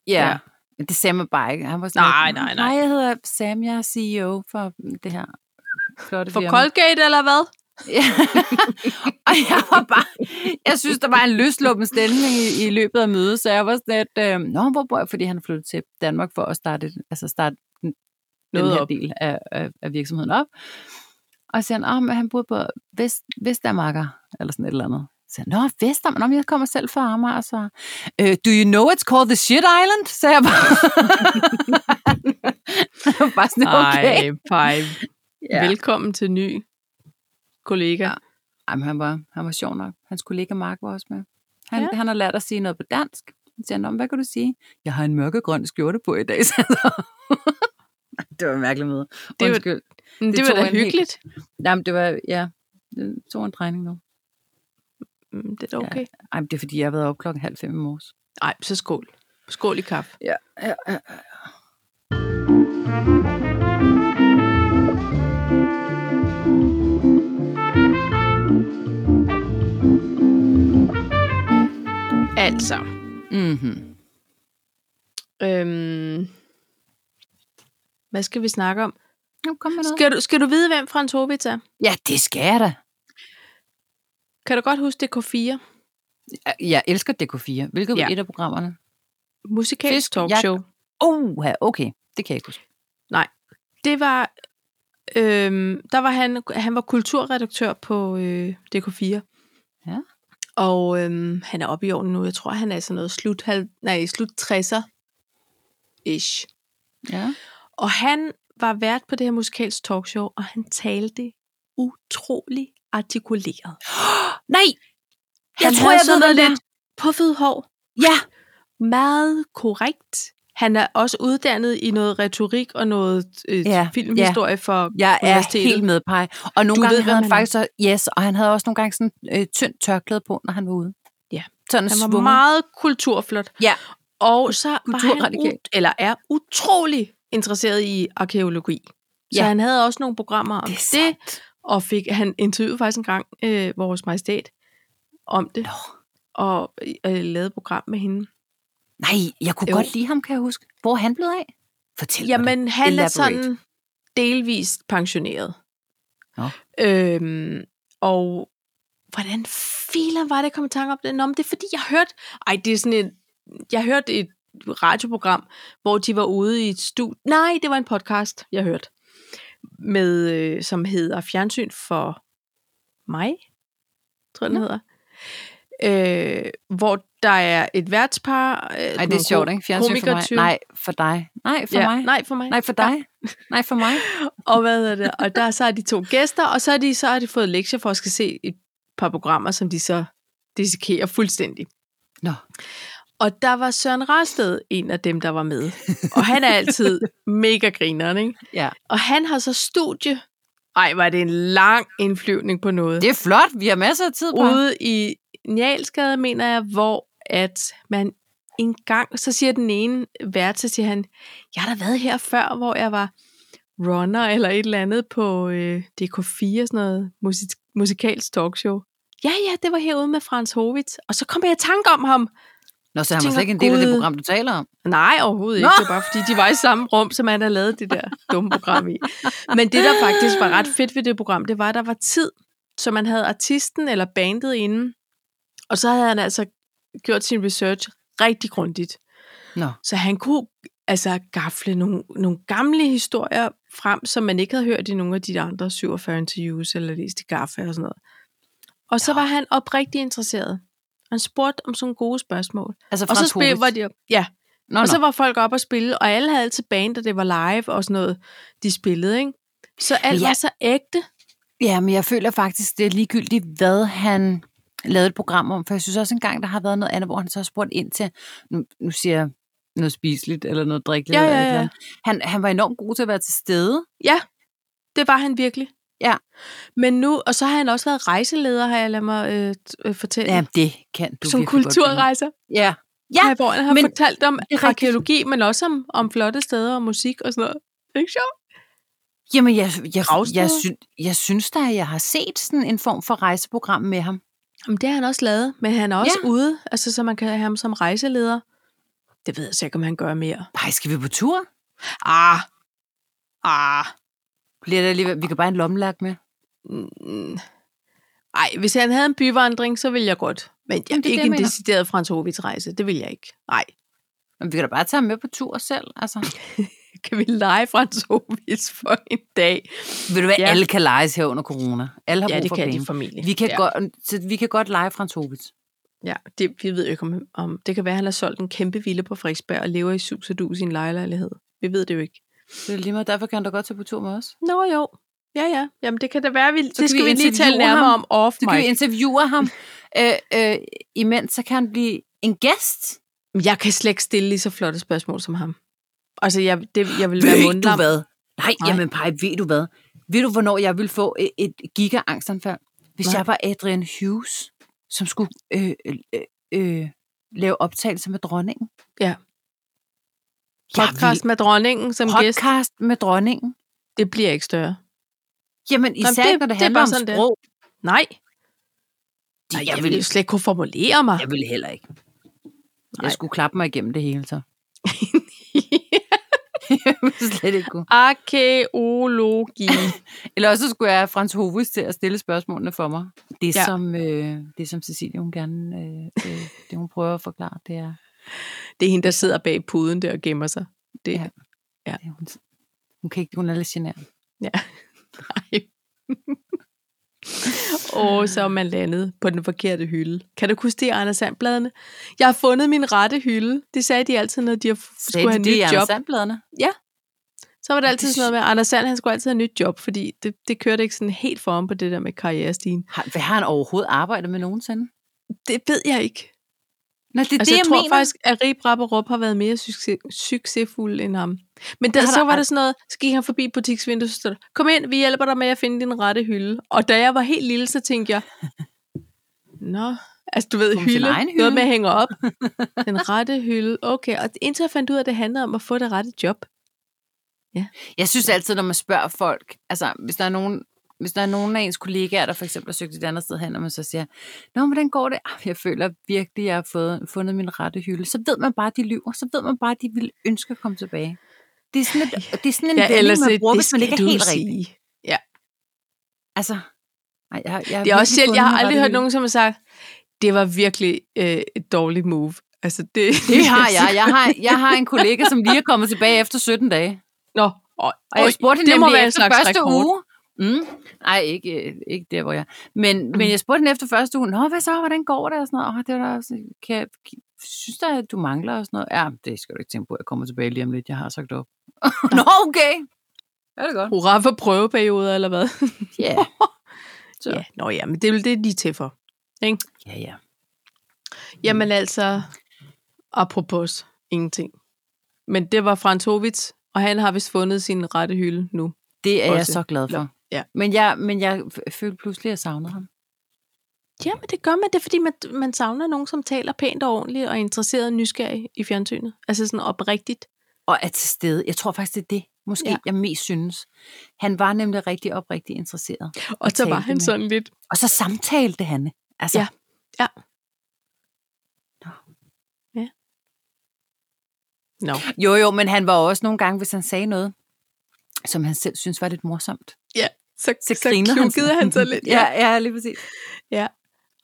Ja.
ja. Men det sagde man bare ikke. Han var sådan
Nej,
lidt,
nej, nej.
Nej, jeg hedder Sam, jeg er CEO for mm, det her flotte
For
firma.
Colgate, eller hvad?
Ja. og jeg var bare, jeg synes, der var en løsluppen stemning i, i løbet af mødet, så jeg var sådan lidt, øh, nå, hvor bor jeg? Fordi han flyttede til Danmark for at starte, altså starte den, den
Noget
her
op.
del af, af, af virksomheden op. Og så siger han, oh, men han bor på Vest, Vestamager, eller sådan et eller andet. Så siger han, nå, Vestamager, nå, men jeg kommer selv fra Amager, så... Øh, do you know it's called the shit island? sagde jeg bare. jeg var bare sådan, okay.
Ej, pej. Ja. Velkommen til ny kollega.
Ja. Ej, men han var, han var sjov nok. Hans kollega Mark var også med. Han,
Ja.
ja. han har lært at sige noget på dansk. Han siger, Nå, men hvad kan du sige? Jeg har en mørkegrøn skjorte på i dag, sagde han. Det var en mærkelig møde.
var-
Undskyld. Det
Men det,
Det
det var
tog
da
en helt-
hyggeligt.
var... Jamen, det var, ja, det tog en drejning nu.
Mm, Det er da
Ja.
okay.
Ej, men det er fordi, jeg har været op klokken halv fem i morges.
Nej, så skål. Skål i kaffe.
Ja, ja, ja.
Altså.
Mm-hmm.
Øhm, hvad skal vi snakke om?
Jamen, kom med noget.
Skal du, skal du vide, hvem Frans Hovitz er?
Ja, det skal jeg da.
Kan du godt huske det K4?
Jeg- Jeg elsker DK4, hvilket
Ja.
ja. er et af programmerne.
Musikalsk
Fisk,
talkshow.
Oh, okay. Det kan jeg ikke huske.
Det var... Øhm, der var han, han var kulturredaktør på øh, DK4.
Ja.
Og øhm, han er oppe i årene nu. Jeg tror, han er sådan noget slut, halv, nej, slut 60'er. Ish.
Ja.
Og han var vært på det her musikalsk talkshow, og han talte utrolig artikuleret.
Nej!
Han havde sådan noget lidt puffet hår.
Ja!
meget korrekt. Han er også uddannet i noget retorik og noget øh,
Ja,
ja, filmhistorie ja. for
Jeg er
universitetet.
helt med, Paj. Og nogle
Du
du gange ved,
ved,
havde
hvem
han
han er.
faktisk så, yes, og han havde også nogle gange sådan øh, tyndt tørklæde på, når han var ude.
Ja.
Sådan
Han var
svunget.
meget kulturflot.
Ja.
Og så var han,
Kulturradikal.
ut- eller er utrolig interesseret i arkeologi. Så
Ja.
han havde også nogle programmer om
Det
det,
er
det
sandt.
og fik han interviewede faktisk en gang øh, vores majestæt om det,
Nå.
og øh, lavede et program med hende.
Nej, jeg kunne
Jo.
jo. godt lide ham, kan jeg huske. Hvor er han blevet af? Fortæl mig
Jamen, han er
Elaborate.
sådan delvist pensioneret.
Nå.
Øhm, og hvordan filer var det, jeg kom i tanke om det? Nå, men det er fordi, jeg hørte... Ej, det er sådan et... Jeg hørte et radioprogram, hvor de var ude i et studie... Nej, det var en podcast, jeg hørte. Med, øh, som hedder Fjernsyn for mig, tror jeg, den hedder. Øh, hvor der er et værtspar... Øh,
det. Nej, det er sjovt, ikke? Fjernsyn for mig.
komikertyve.
Nej, for dig. Nej, for ja. mig. Nej.
Nej, for mig.
Nej, for dig. Nej, for mig.
Og hvad er det? Og der så er de to gæster, og så har de, så har de fået lektier for at skal se et par programmer, som de så dissekerer fuldstændig.
Nå.
Og der var Søren Rasted en af dem, der var med. Og han er altid mega grineren, ikke?
Ja.
Og han har så studie. Ej, var det en lang indflyvning på noget.
Det er flot. Vi har masser af tid på.
Ude i Njalsgade, mener jeg, hvor at man en gang, så siger den ene vært, så siger han, jeg har da været her før, hvor jeg var runner eller et eller andet på øh, DK4, sådan noget musik- musikalsk talkshow. Ja, ja, det var herude med Frans Hovitz. Og så kom jeg i tanke om ham.
Nå, så han var
tænker,
slet ikke en del af det
"Gud."
program, du taler om.
Nej, overhovedet ikke.
Nå!
Det var bare, fordi de var i samme rum, som han havde lavet det der dumme program i. Men det, der faktisk var ret fedt ved det program, det var, at der var tid, så man havde artisten eller bandet inde. Og så havde han altså gjort sin research rigtig grundigt.
Nå.
Så han kunne altså gafle nogle, nogle gamle historier frem, som man ikke havde hørt i nogle af de andre 47 interviews, eller læst i Gaffa og sådan noget. Og så
Nå.
var han oprigtig interesseret. Han spurgte om sådan nogle gode spørgsmål.
Altså
Og
Frans
så spil,
Hovis.
var de, ja,
Nå,
og
nå.
så var folk op og spille, og alle havde altid band, og det var live og sådan noget, de spillede, ikke? Så alt
Ja.
ja. var så ægte.
Ja, men jeg føler faktisk, det er ligegyldigt, hvad han lavede et program om. For jeg synes også engang, der har været noget andet, hvor han så har spurgt ind til, nu, nu siger jeg noget spiseligt, eller noget drikkeligt.
Ja,
eller
ja,
et
ja.
eller andet. Han, han var enormt god til at være til stede.
Det var han virkelig.
Ja.
Men nu, og så har han også været rejseleder, har jeg ladet mig øh, t- øh, fortælle.
Ja, det kan du
som
virkelig godt finde.
kulturrejser,
Ja. Ja,
ja, hvor han har
men-
men, fortalt om
rigtigt.
arkeologi, men også om, om flotte steder og musik og sådan noget. Det er ikke sjovt.
Jamen, jeg, jeg, jeg,
Gravsteder?
jeg, synes, jeg synes da, at jeg har set sådan en form for rejseprogram med ham.
Jamen, det har han også lavet, men han er også ja. ude, altså, så man kan have ham som rejseleder. Det ved jeg sikkert, om han gør mere.
Nej, skal vi på tur?
Ah, ah,
Bliver det alligevel, vi kan bare have en lommelærk med.
Mm. Ej, hvis han havde en byvandring, så ville jeg godt. Men jeg,
Jamen, det er det,
det ikke
jeg
en
mener.
decideret Frans Hovits rejse. Det vil jeg ikke. Nej,
Men vi kan da bare tage ham med på tur selv. Altså.
kan vi lege Frans Hovits for en dag?
Ved du hvad, ja.
Ja.
alle kan lejes her under corona. Alle har
Ja,
brug
det
for
kan
penge.
de formentlig.
Vi kan,
ja.
ja. godt, så vi kan godt lege Frans Hobitz.
Ja, det, vi ved jo ikke om, om... Det kan være, at han har solgt en kæmpe villa på Frederiksberg og lever i sus og dus i en lejelejlighed. Vi ved det jo ikke.
Det er lige meget, derfor kan han da godt tage på tur med os.
Nå jo. Ja, ja. Jamen, det kan da være, vi,
kan
det skal
vi
vi, lige tale
interviewe
nærmere
ham.
om off
Så kan vi
mic.
interviewe ham, øh, øh, imens så kan han blive en gæst.
Men Jeg kan slet ikke stille lige så flotte spørgsmål som ham. Altså, jeg, det, jeg vil være mundlam.
hvad? Nej,
Nej.
jamen Paj, ved du hvad? Ved du, hvornår jeg ville få et, et giga-angstanfald? Hvis
Hvad?
jeg var Adrian Hughes, som skulle øh, øh, øh, lave optagelser med dronningen.
Ja.
Jeg
Podcast med dronningen som
ville,
gæst.
podcast med dronningen.
Det bliver ikke større.
Jamen, især
det-
Jamen, det, når det
det er
handler
bare
om
sådan, det er.
sprog.
Nej.
Det,
Nej, jeg ville jo slet ikke kunne formulere mig.
Jeg ville heller ikke. Nej.
Nej.
Jeg skulle klappe mig igennem det hele, så. jeg ville slet ikke kunne.
Arkeologi.
Eller også så skulle jeg have Frans Hovus til at stille spørgsmålene for mig. Det, ja.
Ja.
som, øh, det som Cecilie, hun gerne, øh, øh, det hun prøver at forklare, det er,
Det er hende, der sidder bag puden der og gemmer sig. Det,
Ja.
ja.
det er hun, hun, kan ikke, hun er lidt genert.
Og så er man landet på den forkerte hylde. Kan du huske det, Anders Sandbladene? Jeg har fundet min rette hylde. Det sagde de altid, når de har- skulle have et nyt job.
Sandbladene?
Så var det altid
Det
sådan noget med, at Anders Sand han skulle altid have et nyt job, fordi det, det kørte ikke sådan helt for ham på det der med karrierestigen.
Har, hvad har han overhovedet arbejdet med nogensinde?
Det ved jeg ikke.
Nå, det er
Altså,
det,
det,
jeg,
jeg tror
mener.
faktisk, at Rip Rapperup har været mere succes, succesfuld end ham. Men der,
Har
så
der-
Altså, var der sådan noget, så gik han forbi butiksvinduet, så stod der, kom ind, vi hjælper dig med at finde din rette hylde. Og da jeg var helt lille, så tænkte jeg, nå, altså du ved,
Kom til
hylde,
egen
hylde,
hylde.
noget med at hænge op. Den rette hylde, okay. Og indtil jeg fandt ud af, at det handlede om at få det rette job.
Jeg synes altid, når man spørger folk, altså hvis der er nogen, hvis der er nogen af ens kollegaer, der for eksempel har søgt et andet sted hen, og man så siger, Nå, hvordan går det? "Ah, Jeg føler virkelig, jeg har fået, fundet min rette hylde. Så ved man bare, at de lyver. Så ved man bare, at de vil ønske at komme tilbage. Det er sådan, et, det er sådan en ja, vending,
øh,
man bruger, hvis man ikke er helt rigtig.
rigtig.
Altså, ej, jeg, har- jeg har
Det er
virkelig
også sjældent,
fundet
jeg har
min
aldrig
rette
hørt
hylde.
nogen, som har sagt, det var virkelig øh, et dårligt move. Altså, det,
Det har jeg. Jeg har, jeg har en kollega, som lige er kommet tilbage efter 17 dage.
Nå, og,
Og jeg spurgte hende
det må
nemlig
være en
efter
slags
første
rekord.
uge. Mm. Nej, ikke, øh, ikke der, hvor jeg... Men, mm. men jeg spurgte hende efter første uge, Nå, hvad så, hvordan går det? Og sådan noget. Åh, det var da, sådan, kan, jeg- synes du, at du mangler? Og sådan noget. Ja, det skal du ikke tænke på, jeg kommer tilbage lige om lidt, jeg har sagt op. Nå, okay. Ja, det er godt.
Hurra for prøveperioder, eller hvad?
Ja. Så.
Ja, nå ja, men det er jo det, de er til for.
ja, ja.
Jamen altså, apropos ingenting. Men det var Frans Hovits, og han har vist fundet sin rette hylde nu.
Det er jeg
Også.
så glad for.
Ja.
Men jeg, men jeg f- følte pludselig, at jeg savnede ham.
Jamen det gør man, det er fordi, man, man savner nogen, som taler pænt og ordentligt og er interesseret og nysgerrig i fjernsynet. Altså sådan oprigtigt.
og er til stede. Jeg tror faktisk, det er det, måske ja.
Ja.
jeg mest synes. Han var nemlig rigtig oprigtig interesseret.
Og så
talte
var han
med.
sådan lidt,
Og så samtalte han. Altså,
Ja. Ja.
Nå.
Ja. Nå.
Jo, jo, men han var også nogle gange, hvis han sagde noget, som han selv synes var lidt morsomt.
Så,
Så, grinede han,
klukkede han så lidt.
ja, ja, lige præcis.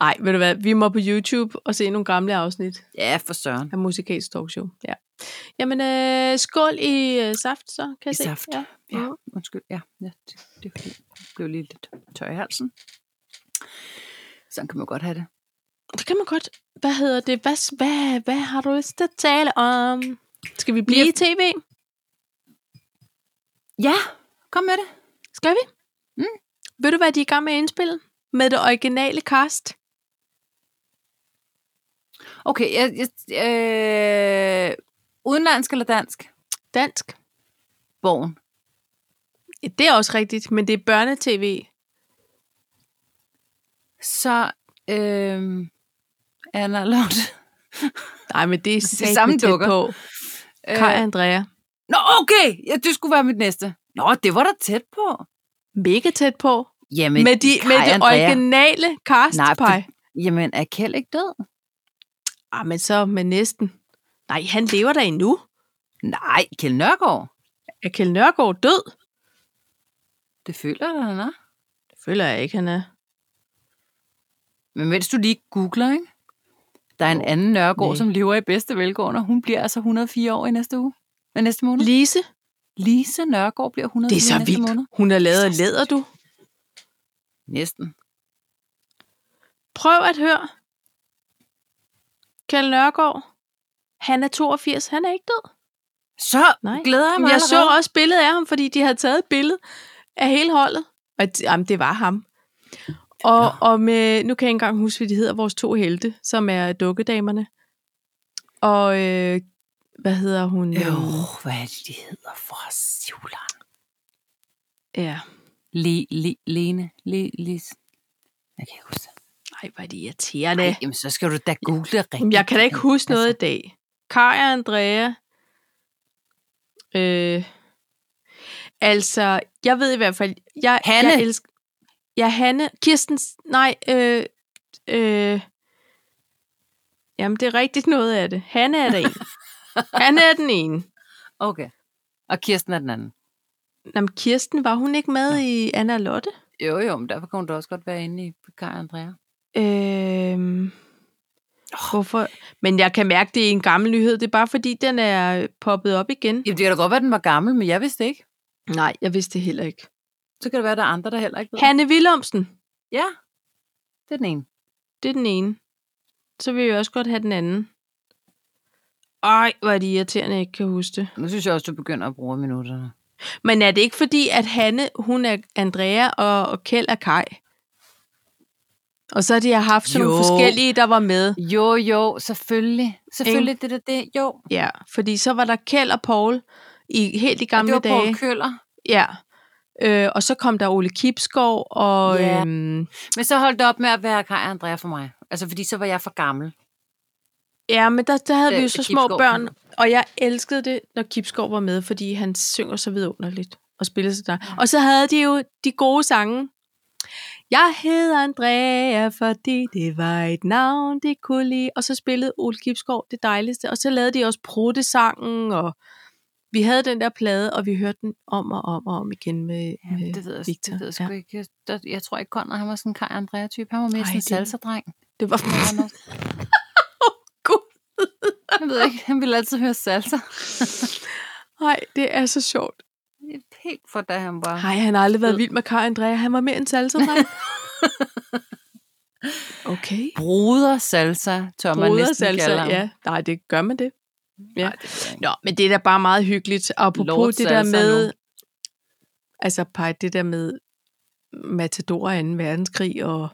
Ej, ved du hvad, vi må på YouTube og se nogle gamle afsnit
Ja, for søren.
af Musikalsk Talkshow. Ja. Jamen, øh, skål i øh, saft, så kan jeg
I
se.
saft.
Ja. Mm.
Ja, undskyld. Ja, ja det, det er fordi, jeg blev lige lidt tør i halsen. Sådan kan man godt have det.
Det kan man godt. Hvad hedder det? Hvad, hvad, hvad har du lyst til at tale om? Skal vi blive
Lige-
i tv?
Ja, kom med det.
Skal vi?
Mm.
Ved du, hvad de er i gang med at indspille? Med det originale cast?
Okay, jeg, jeg, øh, udenlandsk eller dansk?
Dansk?
Borgen.
Ja, det er også rigtigt, men det er børnetv.
Så øh, Anna og Lotte.
Nej, men det er
Det er samme
det samme Øh, tæt
dukker.
på. Kaj og Andrea.
øh, Nå, okay! Ja, det skulle være mit næste. Nå, det var da tæt på.
Mega tæt på.
Jamen,
Med, de, med
Kaj
det
Andrea.
originale cast,
Nej,
Nej,
for- Jamen, er Kjeld ikke død?
Ah, men så med næsten. Nej, han lever der endnu.
Nej, Kjeld Nørgaard.
Er Kjell Nørgaard død?
Det føler jeg, da, han er.
Det føler jeg ikke, han er.
Men mens du lige googler, ikke? Der er en
Åh,
anden Nørgaard,
nej.
som lever i bedste velgående, og hun bliver altså 104 år i næste uge. Nej, næste måned.
Lise,
Lise Nørgaard bliver 104
det er så
i næste måned.
vildt. Hun er lavet af
Så
læder, du.
Næsten.
Prøv at høre. Kjell Nørgaard, han er 82, han er ikke død.
Så
Nej.
glæder jeg mig
Jeg så
allerede.
også billedet af ham, fordi de havde taget et billede af hele holdet. Og det, jamen, det var ham. Og, og med, nu kan jeg ikke engang huske, hvad de hedder, vores to helte, som er dukkedamerne. Og øh, hvad hedder hun?
Øh, hvad er det, de hedder for Sivland?
Ja.
Le, le, Lene. Le, Lis. Jeg kan ikke huske det.
Ej, hvor er de irriterende.
Ej, jamen, så skal du da google det rigtigt. Altså,
Jamen, jeg kan da ikke huske noget i dag. Kaj og Andrea. Øh, altså, jeg ved i hvert fald... Jeg,
Hanne.
Jeg elsker, ja, Hanne. Kirsten... Nej, øh, øh, Jamen, det er rigtigt noget af det. Hanne er der en. Hanne er den ene.
Okay. Og Kirsten er den anden.
Jamen, Kirsten, var hun ikke med i Anna og Lotte?
Jo, jo, men derfor kunne du også godt være inde i Kaj Andrea.
Øhm, hvorfor? Men jeg kan mærke, det er en gammel nyhed. Det er bare fordi, den er poppet op igen.
Jamen, det kan da godt være, den var gammel, men jeg vidste ikke.
Nej, jeg vidste det heller ikke.
Så kan det være, der er andre, der heller ikke ved.
Hanne Willumsen,
Ja, det er den ene.
det er den ene. Så vil jeg også godt have den anden. Ej, hvor er det irriterende, jeg ikke kan huske det.
Nu synes jeg også, du begynder at bruge minutterne.
Men er det ikke fordi, at Hanne, hun er Andrea, og, og Kjeld er Kai? Og så har de haft sådan nogle
Jo.
forskellige, der var med.
Jo, jo, selvfølgelig. Selvfølgelig, det er det. Jo, Og
Ja, fordi så var der Kjeld og Paul i helt i gamle
det var
dage.
Poul Køller.
Ja. Øh, og så kom der Ole Kipskov, og
Ja.
ja. øhm,
Men så holdt det op med at være Kaj og Andrea for mig. Altså, fordi så var jeg for gammel.
ja, men der, der havde
Da-
vi
da
jo så små
Øh, Kibsgaard kom.
børn, og jeg elskede det, når Kipskov var med, fordi han synger så vidunderligt og spiller så der. Og så havde de jo de gode sange. Jeg hedder Andrea, fordi det var et navn, det kunne lide. Og så spillede Ole Kipskov det dejligste, og så lavede de også Pruttesangen, og vi havde den der plade, og vi hørte den om og om og om igen med, med
Det ved jeg,
Victor.
det ved jeg sgu
ja.
ikke. Jeg, der, jeg tror ikke, Conrad, han var sådan en Kaj Andrea-type. Han var mere
Ej,
sådan en
det-
salsa-dreng.
det var
Han var nok-
god.
Jeg ved ikke, han ville altid høre salsa.
Nej, det er så sjovt.
Helt for, da han var...
Nej, han har aldrig været vild med Kaj Andrea. Han var mere en salsa Okay.
Bruder salsa, tør man
Broder
næsten
salsa,
kalde ham.
ja. Nej, det gør man det. ja.
Nej, det ved jeg ikke.
Nå, men det er da bare meget hyggeligt. Apropos
Lord
det der
salsa
med...
nu.
Altså, pej, det der med Matador og 2. verdenskrig og...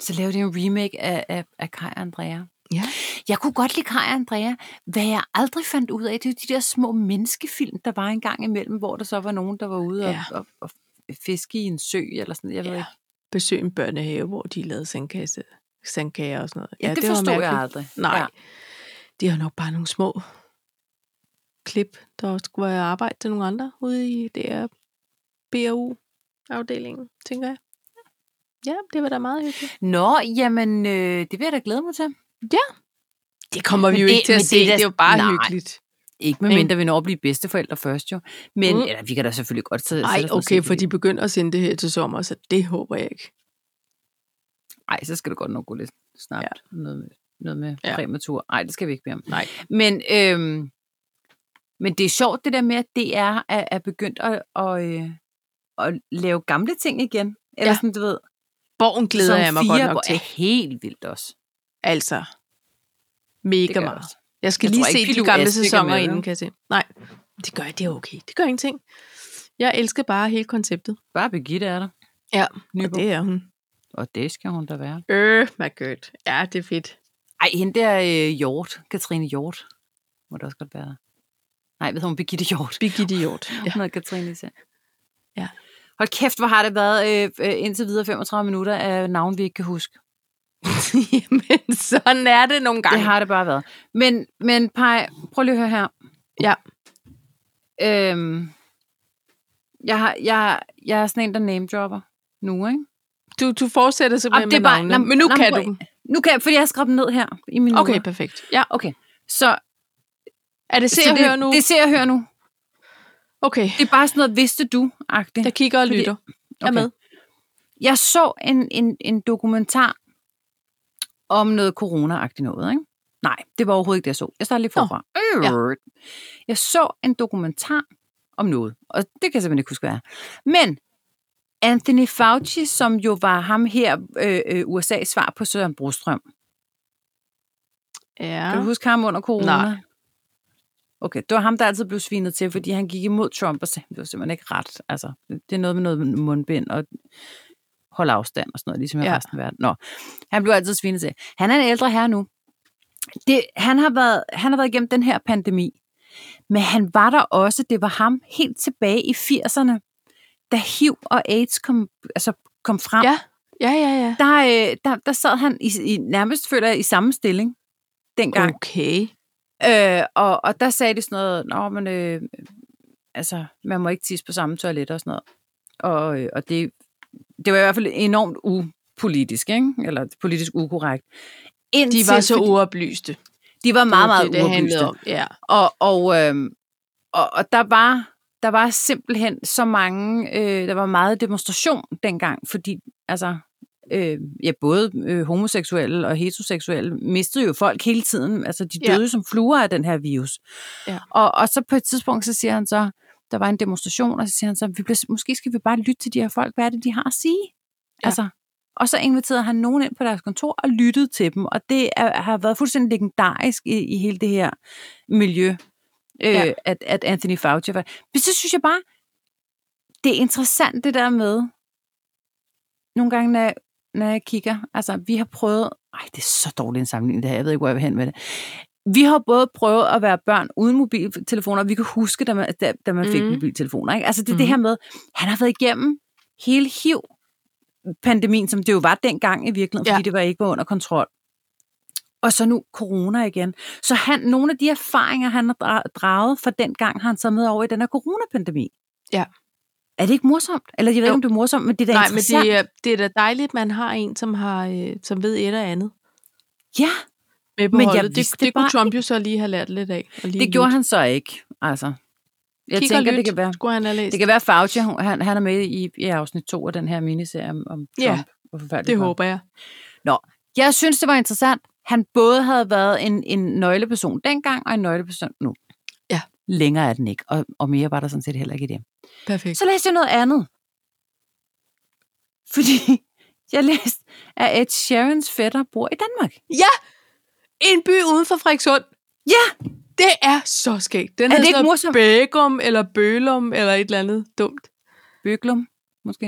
Så laver de en remake af, af, af Kaj og Andrea.
Ja.
Jeg kunne godt lide Kaj og Andrea. Hvad jeg aldrig fandt ud af, det er de der små menneskefilm, der var en gang imellem, hvor der så var nogen, der var ude
Ja.
og, og, og fiske i en sø eller sådan Jeg ved
Ja.
ikke.
Besøg en børnehave, hvor de lavede sandkasse, sandkager og sådan noget.
Ja, det, det forstod jeg aldrig.
Nej,
Ja.
ja. det er nok bare nogle små klip, der skulle være arbejde til nogle andre ude i DR BAU-afdelingen, tænker jeg. Ja, det var da meget hyggeligt.
Nå, jamen, øh, det vil jeg da glæde mig til.
Det kommer
Men
vi jo
det-
ikke til at
men
se,
det er
det
da-
er Altså, jo bare
nej.
hyggeligt.
Ikke med
Ikke?
mindre vi når at blive bedsteforældre først jo. Men
Mm.
mm. eller, vi kan da selvfølgelig godt sætte
Nej, okay, for de begynder at sende det her til sommer, så det håber jeg ikke.
Nej, så skal det godt nok gå lidt snart. Ja. Noget med, noget med
Ja.
ja. præmatur. Nej, det skal vi ikke bede om.
Nej.
Men, øhm, men det er sjovt det der med, at DR er, er begyndt at, at, øh, at lave gamle ting igen. Eller
Ja.
sådan, du ved.
Borgen glæder
Sæson
jeg mig
fire,
godt nok
hvor
til.
er helt vildt også.
Altså, mega
gør jeg
meget.
også.
Jeg skal
Jeg
jeg lige
tror ikke,
se de
Pilou
gamle
Ask ikke er
sæsoner
med,
inden,
vel?
kan jeg se. Nej, det gør jeg, det er okay. Det gør ingenting. Jeg elsker bare hele konceptet.
Bare Birgitte er der.
Ja,
Nybo.
Og det er hun.
og det skal hun da være.
Øh, my god. Ja, det er fedt.
Ej, hende der øh, Hjort, Katrine Hjort, må det også godt være. Nej, ved hun, Birgitte Hjort.
Birgitte Hjort. Ja.
Ja. Hun hedder Katrine Lise.
Ja.
Hold kæft, hvor har det været øh, øh, indtil videre 35 minutter af navn, vi ikke kan huske.
Jamen, sådan er det nogle gange.
Det har det bare været. Men, men Paj, prøv lige at høre her.
Ja.
Øhm, jeg, har, jeg, jeg er sådan en, der namedropper nu, ikke?
Du, du fortsætter
Jamen,
simpelthen
det
med
er bare-
navnene.
Nå,
Men nu
nå,
kan
prøv-
du dem.
Nu kan jeg, fordi jeg har skrevet dem ned her i min
Okay,
noter.
perfekt. Ja.
Okay, så...
Er det se
så
og
det,
hør nu?
Det ser jeg hører nu.
Okay,
Det er bare sådan noget, vidste du-agtigt.
jeg kigger og
Fordi-
lytter. Jeg er
Okay.
med.
Jeg så en, en, en dokumentar om noget corona noget, ikke? Nej, det var overhovedet ikke det, jeg så. Jeg starter lige
Nå,
forfra. Øh. Jeg så en dokumentar om noget, og det kan jeg simpelthen ikke huske, hvad er. Men Anthony Fauci, som jo var ham her, øh, øh, USA's svar på Søren Brostrøm.
Ja.
Kan du huske ham under corona?
Nej.
Okay, det var ham, der altid blev svinet til, fordi han gik imod Trump og sagde, det var simpelthen ikke ret. Altså, det er noget med noget med mundbind og holde afstand og sådan noget, ligesom i
Ja.
ja. resten af verden. Nå, han blev altid svinet til. Han er en ældre herre nu. Det, han, har været, han har været igennem den her pandemi. Men han var der også, det var ham helt tilbage i 80'erne, da HIV og AIDS kom, altså kom frem.
Ja. Ja, ja, ja.
Der, øh, der, der sad han i, i, nærmest, føler jeg, i samme stilling
Oh.
dengang.
Okay.
Øh, og, og der sagde de sådan noget, Nå, men, øh, altså, man må ikke tisse på samme toilet og sådan noget. Og, øh, og det, det var i hvert fald enormt upolitisk, ikke? eller politisk ukorrekt.
De
Indtil,
var så
fordi-
uoplyste.
de var meget, meget
det, det handlede
uoplyste.
om. Ja.
Og, og, øh, og, og der var der var simpelthen så mange, øh, der var meget demonstration dengang, fordi altså, øh, ja, både øh, homoseksuelle og heteroseksuelle mistede jo folk hele tiden. Altså, de
Ja.
døde ja. som fluer af den her virus.
Ja.
Og, og så på et tidspunkt, så siger han så, der var en demonstration, og så siger han så, vi bliver, måske skal vi bare lytte til de her folk, hvad er det, de har at sige?
Ja.
Ja. Altså, og så inviterede han nogen ind på deres kontor og lyttede til dem, og det er, har været fuldstændig legendarisk i, i hele det her miljø, øh,
Ja.
ja. at, at Anthony Fauci var. Men så synes jeg bare, det er interessant det der med, nogle gange, når, når jeg kigger, altså vi har prøvet, ej det er så dårlig en sammenligning det her, jeg ved ikke, hvor jeg vil hen med det. Vi har både prøvet at være børn uden mobiltelefoner, og vi kan huske, da man, da, da man fik
Mhm.
mm. mobiltelefoner. Ikke? Altså det, mm.
Mhm.
det her med, han har været igennem hele HIV-pandemien, som det jo var dengang i virkeligheden,
Ja.
fordi det var ikke var under kontrol. Og så nu corona igen. Så han, nogle af de erfaringer, han har dra- draget fra dengang, har han taget med over i den her coronapandemi.
Ja.
Er det ikke morsomt? Eller jeg ved
Jo.
ikke, om det er morsomt, men det er da
Nej, men
interessant.
det, er- det er da dejligt, at man har en, som, har, øh, som ved et og andet
Ja,
med på
Men jeg
holdet. Det,
vidste
det, det kunne
bare
Trump jo så lige have lært lidt af. Og lige
det gjorde
lytte.
han så ikke. Altså, jeg
Kig og
tænker, det
lyt,
kan være,
Skulle han have læst.
det kan være Fauci, hun- han, han er med i, i afsnit 2 af den her miniserie om, om Trump.
Ja,
og forfærdeligt
det
Trump.
håber jeg.
Jeg synes, det var interessant. Han både havde været en, en nøgleperson dengang, og en nøgleperson nu.
Ja.
Længere er den ikke, og, og mere var der sådan set heller ikke i det.
Perfekt.
Så læste jeg noget andet. Fordi jeg læste, at Ed Sheerans fætter bor i Danmark.
Ja! En by uden for Frederikshund.
Ja!
Det er så skægt. Den
Er
er
det ikke
sådan
morsomt?
Bægum eller Bølum eller et eller andet dumt.
Bøglum, måske.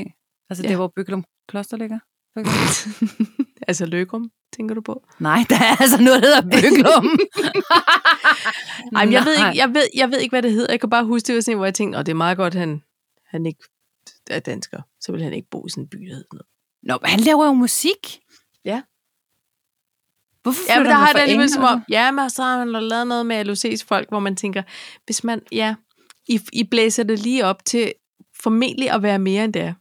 Altså ja.
Ja.
det, hvor Bøglum Kloster ligger. for eksempel.
altså Løgum, tænker du på?
Nej, der er altså noget, der hedder Bøglum.
Ej, men jeg, ved
Nej.
ikke, jeg, ved, jeg ved ikke, hvad det hedder. Jeg kan bare huske, det var sådan en, hvor jeg tænkte, at det er meget godt, han, han ikke er dansker. Så vil han ikke bo i sådan en by, der hedder noget.
Nå, men han laver jo musik.
Ja.
Hvorfor
Ja,
flytter
men
han
der har
fra
det alligevel som
England?
om, ja, men så har han lavet noget med LOC's folk, hvor man tænker, hvis man, ja, I, I blæser det lige op til formentlig at være mere end det er.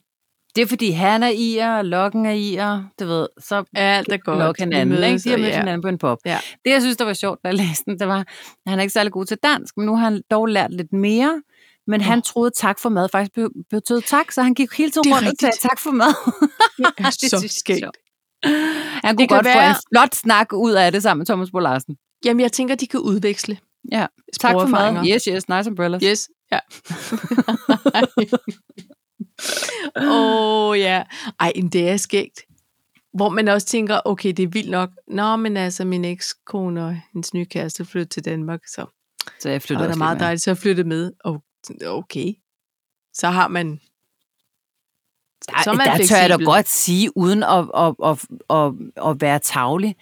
Det er fordi han er i'er, og Lokken er i'er, du ved, så
Alt er godt.
nok hinanden,
Vi
ikke?
mødes,
De har mødt
og- ja.
hinanden på en pop.
Ja.
Det, jeg synes, der var sjovt, da jeg læste den, det var, at han er ikke særlig god til dansk, men nu har han dog lært lidt mere. Men han troede, tak for mad faktisk be- betød tak, så han gik hele
Det
tiden
er
rundt og sagde
rigtigt.
tak for mad.
Det er
Det
så
synes jeg er
skægt.
sjovt. Han kunne
kan
godt få
være-
en flot snak ud af det sammen med Thomas Bo Larsen.
Jamen, jeg tænker, de kan udveksle.
Ja. Tak for
sprogerfaringer.
mad. Yes, yes, nice umbrellas.
Yes, ja. Åh, oh, ja. Ej, men det er skægt. Hvor man også tænker, okay, det er vildt nok. Nå, men altså, min ekskone og hendes nye kæreste flyttede til Danmark, så
Så jeg flytter
det var da
også
meget
lige med.
dejligt, så jeg flyttede med. Og okay, så har man...
Der, så der tør jeg da godt sige, uden at, at, at, at, at være tavlig,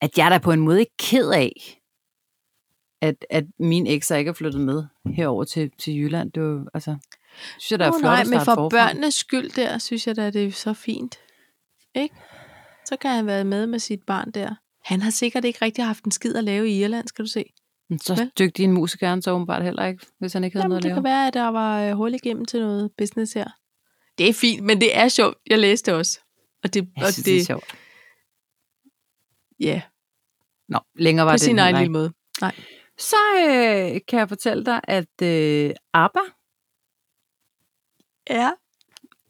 at jeg er da på en måde ikke ked af, at, at min eks ikke er flyttet med herover til, til Jylland. Det var, altså, synes jeg, der er
Nå,
flot
nej,
at
men
starte
for
forfra.
børnenes skyld der, synes jeg da, det er så fint. Ikke? Så kan han være med med sit barn der. Han har sikkert ikke rigtig haft en skid at lave i Irland, skal du se.
Men Så
Vel?
dygtig en musiker er han så åbenbart heller ikke, hvis han ikke havde
Jamen,
noget
det
at lave.
kan være, at der var øh, hul igennem til noget business her. Det er fint, men det er sjovt. Jeg læste det også. Og det,
Jeg
og
synes, det, det er
det,
sjovt.
ja,
Nå, længere var
på
det
sin
den
egen
heller
lille
ikke.
måde. Nej.
Så øh, kan jeg fortælle dig, at øh, ABBA
Ja.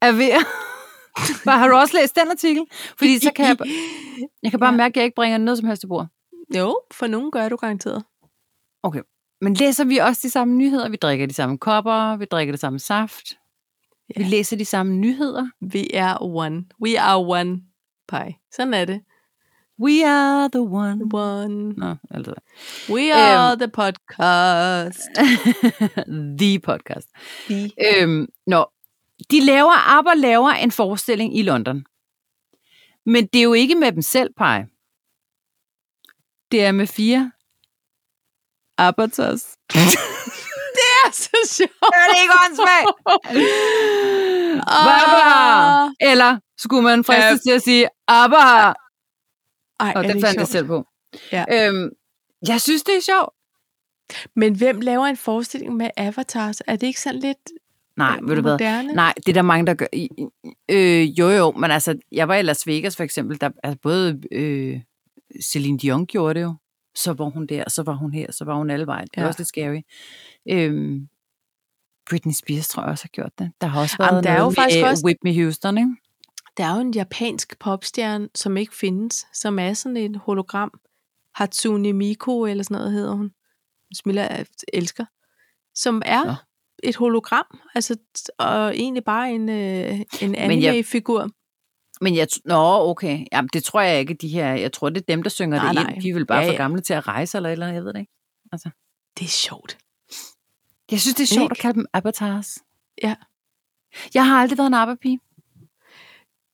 er ved at... Har du også læst den artikel? Fordi så kan jeg, jeg kan bare
Ja.
mærke, at jeg ikke bringer noget som helst til bord.
Jo, for nogen gør du garanteret.
Men læser vi også de samme nyheder? Vi drikker de samme kopper, vi drikker det samme saft. Ja. Vi
Ja.
læser de samme nyheder.
Vi er one. We are one. Pie. Sådan er det.
We are the one.
One.
Nå, altså.
We are the podcast.
the podcast.
Vi.
Øhm, nå, de laver, ABBA laver en forestilling i London. Men det er jo ikke med dem selv, Paj. Det er med fire abattoirs.
Det er så sjovt.
Er det ikke åndssvagt? Abba! Eller skulle man fristes til at sige Abba?
Ej,
Og
er
det
ikke
fandt jeg
sjovt?
selv på.
Ja.
Øhm, jeg synes, det er sjovt.
Men hvem laver en forestilling med avatars? Er det ikke sådan lidt
Nej,
øh,
ved du hvad?
moderne?
Nej, det er der mange, der gør. I- i- Øh, jo, jo, men altså, jeg var i Las Vegas for eksempel, der altså, både øh, Celine Dion gjorde det jo. Så var hun der, så var hun her, så var hun alle vejen. Det var
Ja.
også lidt scary. Øhm, Britney Spears tror jeg også har gjort det. Der har også været
Jamen,
Jamen,
der er
noget
jo faktisk
med øh,
også-
Whitney Houston, ikke?
Der er jo en japansk popstjerne, som ikke findes, som er sådan et hologram. Hatsune Miku eller sådan noget hedder hun. Smilla er- elsker. Som er
Nå.
Nå. et hologram, altså, t- og egentlig bare en, øh, en
jeg-
anime-figur.
Men jeg... t- Nå, okay. Jamen, det tror jeg ikke, de her... Jeg tror, det er dem, der synger
Nej,
det ind.
nej.
De er vel bare
Ja,
ja, for
ja.
gamle til at rejse, eller et eller andet, jeg ved det ikke.
Det er sjovt.
Jeg synes, det er sjovt
Ikke?
at kalde dem avatars.
Ja.
Jeg har aldrig været en abbapige.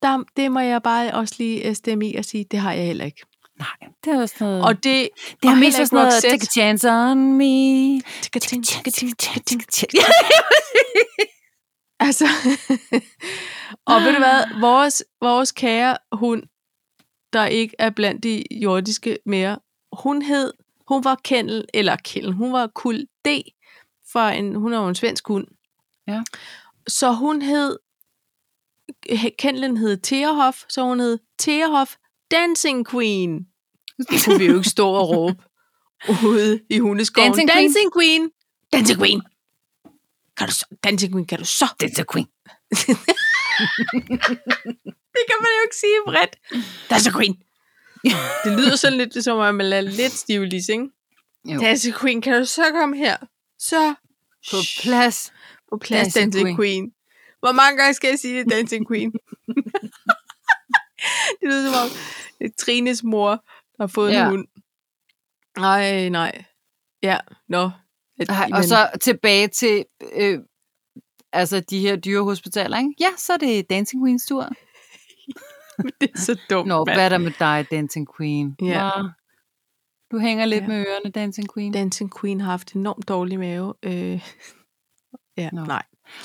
Der, det må jeg bare også lige øh, stemme i og sige, det har jeg heller ikke.
Nej, det er også noget...
Og det...
det
og
har mest været
heller ikke
sådan noget...
Roxette.
Take a chance on me.
Tikating, tikating, tikating.
Ja.
Altså, og ved du hvad, vores, vores kære hund, der ikke er blandt de jordiske mere, hun hed, hun var Kendel, eller Kendel, hun var Kul D, for en, hun er jo en svensk hund.
Ja.
Så hun hed, Kendelen hed Teerhoff, så hun hed Teerhoff Dancing Queen. Det kunne vi jo ikke stå og råbe ude i hundeskoven.
Dancing
Dancing,
Queen.
Dancing Queen! Dancing Queen! Kan du så, Dancing Queen, kan du så
It's a queen.
Det kan man jo ikke sige bredt. Der er så queen. Det lyder sådan lidt, som om man lader lidt stivlis, ikke?
Jo.
Der er så queen. Kan du så komme her? Så
På plads.
på plads,
Dancing Queen.
Dancing queen. Hvor mange gange skal jeg sige det, Dancing Queen? det lyder som om det er Trines mor, der har fået
Ja.
en hund. Nej, nej. Ja, nå.
Ej, og
Men-
så tilbage til... Øh, altså, de her dyrehospitaler, ikke? Ja, så er det Dancing Queens tur.
Det er så dumt,
Nå,
mand.
hvad er der med dig, Dancing Queen?
Ja.
Nå, Du hænger lidt
Ja.
med ørerne, Dancing Queen.
Dancing Queen har haft enormt dårlig mave. Øh, ja,
Nå.
nej.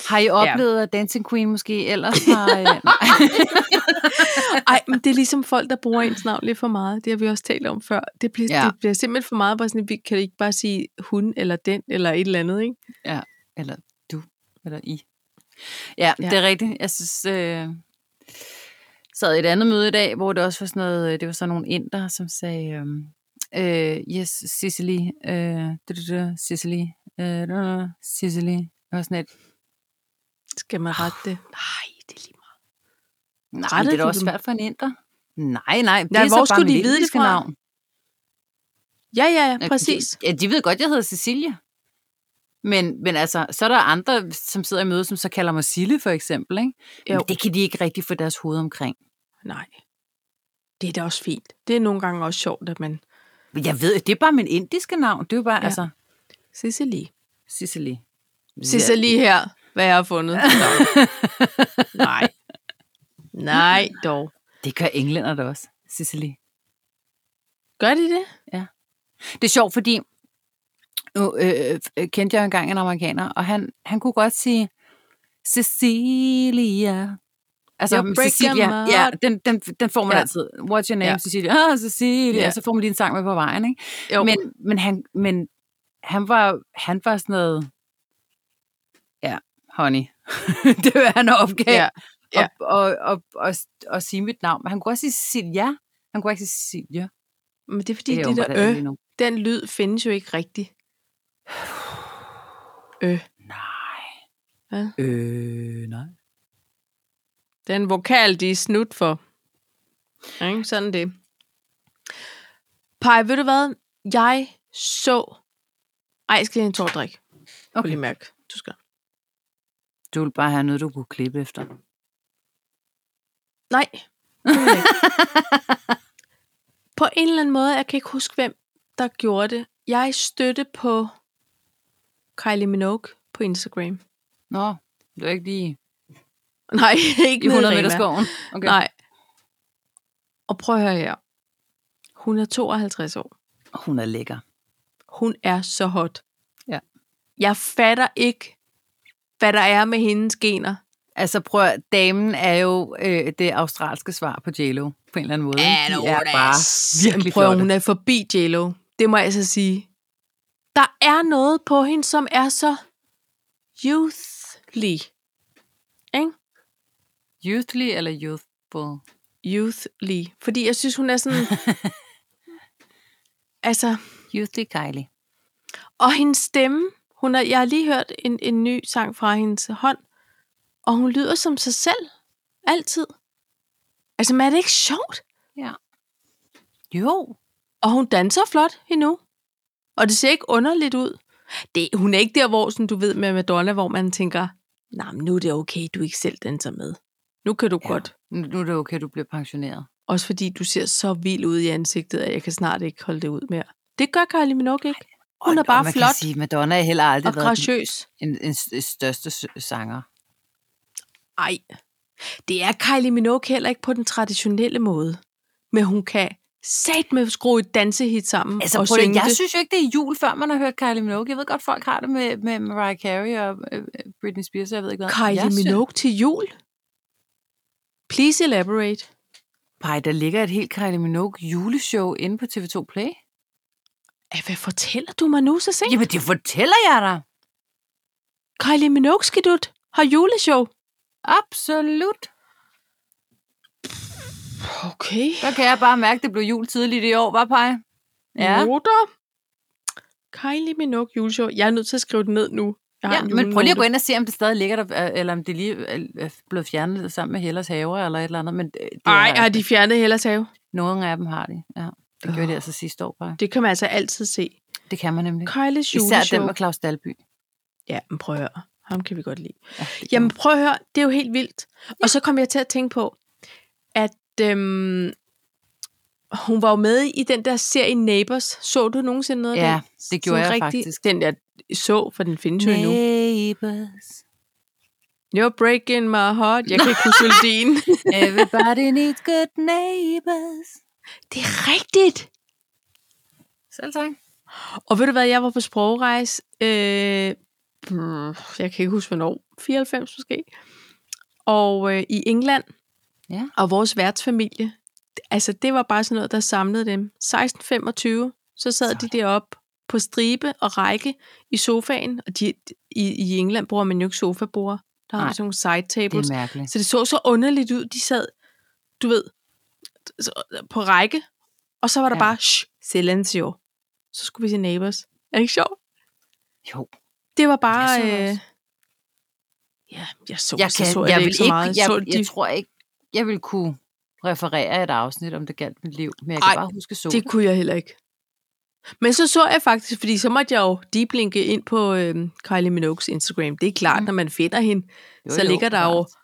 Har I oplevet, ja. at Dancing Queen måske ellers har... øh, nej.
Ej, men det er ligesom folk, der bruger ens navn lidt for meget. Det har vi også talt om før. Det bliver,
Ja.
ja. det bliver simpelthen for meget. Bare sådan, vi kan ikke bare sige hun eller den eller et eller andet, ikke?
Eller du, eller I. Ja, ja, det er rigtigt. Jeg synes, øh, sad i et andet møde i dag, hvor det også var sådan noget, øh, det var sådan nogle inder, som sagde, øh, øh, yes, Sicily, øh, du, du, du, Sicily, øh, du, du, du, Sicily, og sådan et,
Skal man rette det? Nej, det er lige meget.
nej, men
Rettede
det er da
du
også
dem?
svært for en inder. Nej, nej, det
Ja,
er
hvor
så bare
skulle de
mit
vide det
indiske
fra?
navn.
Ja, ja, ja,
Ja,
præcis.
De, ja, de ved godt, jeg hedder Cecilia. Men, men altså, så er der andre, som sidder i møde, som så kalder mig Sille, for eksempel. Ikke? Men
Jo.
det kan de ikke rigtig få deres hoved omkring.
Nej. Det er da også fint. Det er nogle gange også sjovt, at man...
Men jeg ved, det er bare min indiske navn. Det er jo bare, ja.
Ja.
altså,
Cicely.
Sicily.
Cicely her, hvad jeg har fundet. Nej. Nej, dog.
Det gør englænder da også, Sicily.
Gør de det?
Det er sjovt, fordi nu øh, øh, kendte jeg engang en amerikaner, og han, han kunne godt sige Cecilia. Altså,
You
men
break your
Cecilia,
heart.
ja, den, den, den får man
Ja.
altid. What's your name,
Ja.
Cecilia? Ah, Cecilia.
Ja.
Og så får man lige en sang med på vejen, ikke?
Jo.
Men, men, han, men han, var, han var sådan noget... Ja, honey. det var han opgav.
Ja, ja.
Og, og, og, og, og, sige mit navn. Men han kunne også sige Cecilia. Han kunne ikke sige Cecilia.
men det er fordi, det,
jo
det
bare
der øh,
lige nu.
den lyd findes jo ikke rigtigt.
Nej.
Hvad?
Øh, nej.
Den vokal, de er snudt for. Ikke? Sådan det. Pej, ved du hvad? Jeg så... Ej, jeg skal lige have en tår at drikke. Okay.
Okay.
Lige mærke. Du skal.
Du vil bare have noget, du kunne klippe efter.
Nej. det vil jeg ikke. på en eller anden måde, jeg kan ikke huske, hvem der gjorde det. Jeg støtte på Kylie Minogue på Instagram.
Nå, du er ikke lige
Nej, ikke
i 100
nede
meter
Rema.
skoven. Okay.
Nej. Og prøv at høre her. Hun er 52 år.
Hun er lækker.
Hun er så hot.
Ja.
Jeg fatter ikke, hvad der er med hendes gener.
Altså prøv at, damen er jo øh, det australske svar på JLo, på en eller anden måde. ikke? De er bare virkelig
Prøv,
flotte.
hun er forbi JLo. Det må jeg altså sige. Der er noget på hende, som er så youthly. Ikke?
Youthly eller youthful?
Youthly. Fordi jeg synes, hun er sådan... altså,
Youthly Kylie.
og hendes stemme. Hun er, jeg har lige hørt en, en ny sang fra hendes hånd, og hun lyder som sig selv. Altid. Altså, men er det ikke sjovt?
Jo.
Og hun danser flot endnu. Og det ser ikke underligt ud. Det, hun er ikke der, hvor sådan, du ved med Madonna, hvor man tænker, nej, men nu er det okay, du ikke selv danser med. Nu kan du ja.
Ja.
godt.
Nu nu er det okay, du bliver pensioneret.
Også fordi du ser så vild ud i ansigtet, at jeg kan snart ikke holde det ud mere. Det gør Kylie Minogue ikke. Hun
Og-
er bare
og man
flot
Kan sige, Madonna har heller aldrig
og
været den-
graciøs.
en, en, en, største s- sanger.
Ej, det er Kylie Minogue heller ikke på den traditionelle måde. Men hun kan sat med skrue et dansehit sammen
Altså,
Mm, og
prøv,
synge
lige, jeg
det.
synes jo ikke, det er jul, før man har hørt Kylie Minogue. Jeg ved godt, folk har det med, med Mariah Carey og øh, Britney Spears, og jeg ved ikke hvad.
Kylie
jeg
Minogue til jul? Please elaborate.
Pej, der ligger et helt Kylie Minogue juleshow inde på TV2 Play.
Ej, hvad fortæller du mig nu så sent?
Jamen, det fortæller jeg dig.
Kylie Minogue skal du har juleshow.
Absolut.
Okay.
Der kan jeg bare mærke, at det blev jul tidligt i år, var Pej? Ja.
Noter. Kylie Minogue juleshow. Jeg er nødt til at skrive det ned nu. Jeg har
ja,
en
men prøv lige at gå
julenote.
ind og se, om det stadig ligger der, øh, eller om det lige er blevet fjernet sammen med Hellers Haver eller et eller andet. Men det, det
Ej,
er-
har de fjernet Hellas have?
Nogle af dem har de, ja. Det gjorde de altså sidste år, Pej.
Det kan man altså altid se.
Det kan man nemlig.
Kylie's juleshow.
Især den med Claus Dalby.
Ja, men prøv at høre. Ham kan vi godt lide.
Ja, det
Jamen prøv at høre, det er jo helt vildt. Og så kom jeg til at tænke på, at øhm, hun var jo med i den der serie Neighbors. Så du nogensinde noget
Ja,
af den?
det gjorde
Sådan
jeg faktisk.
Den der så, for den findes jo endnu.
Neighbors.
You're breaking my heart. Jeg kan ikke huske melodien.
Everybody needs good neighbors.
det er rigtigt.
Selv tak.
Og ved du hvad, jeg var på sprogrejse. Øh, mm, jeg kan ikke huske, hvornår. 94 måske. Og øh, i England.
Ja.
Og vores værtsfamilie. Altså, det var bare sådan noget, der samlede dem. 1625, så sad de deroppe på stribe og række i sofaen. Og de, i, i England bruger man jo ikke sofaborer. Der havde
Nej,
vi sådan nogle side
Det
tables.
er mærkeligt.
Så det så så underligt ud. De sad, du ved, så- på række, og så var der
Ja.
bare, shh, silencio. Så skulle vi se Neighbors. Er det ikke sjovt?
Jo.
Det var
Jeg
bare...
så det
øh,
også.
ja, jeg så,
Jeg,
så
kan,
så jeg,
jeg,
det
vil
ikke så
ikke,
meget.
jeg,
så
jeg,
de,
tror ikke, jeg vil kunne referere et afsnit, om det galt mit liv, men jeg
Ej,
kan bare huske så.
det kunne jeg heller ikke. Men så så jeg faktisk, fordi så måtte jeg jo deeplinke ind på øh, Kylie Minogues Instagram. Det er klart,
Mm.
mm. når man finder hende,
Jo,
så
jo,
ligger der jo-
klart.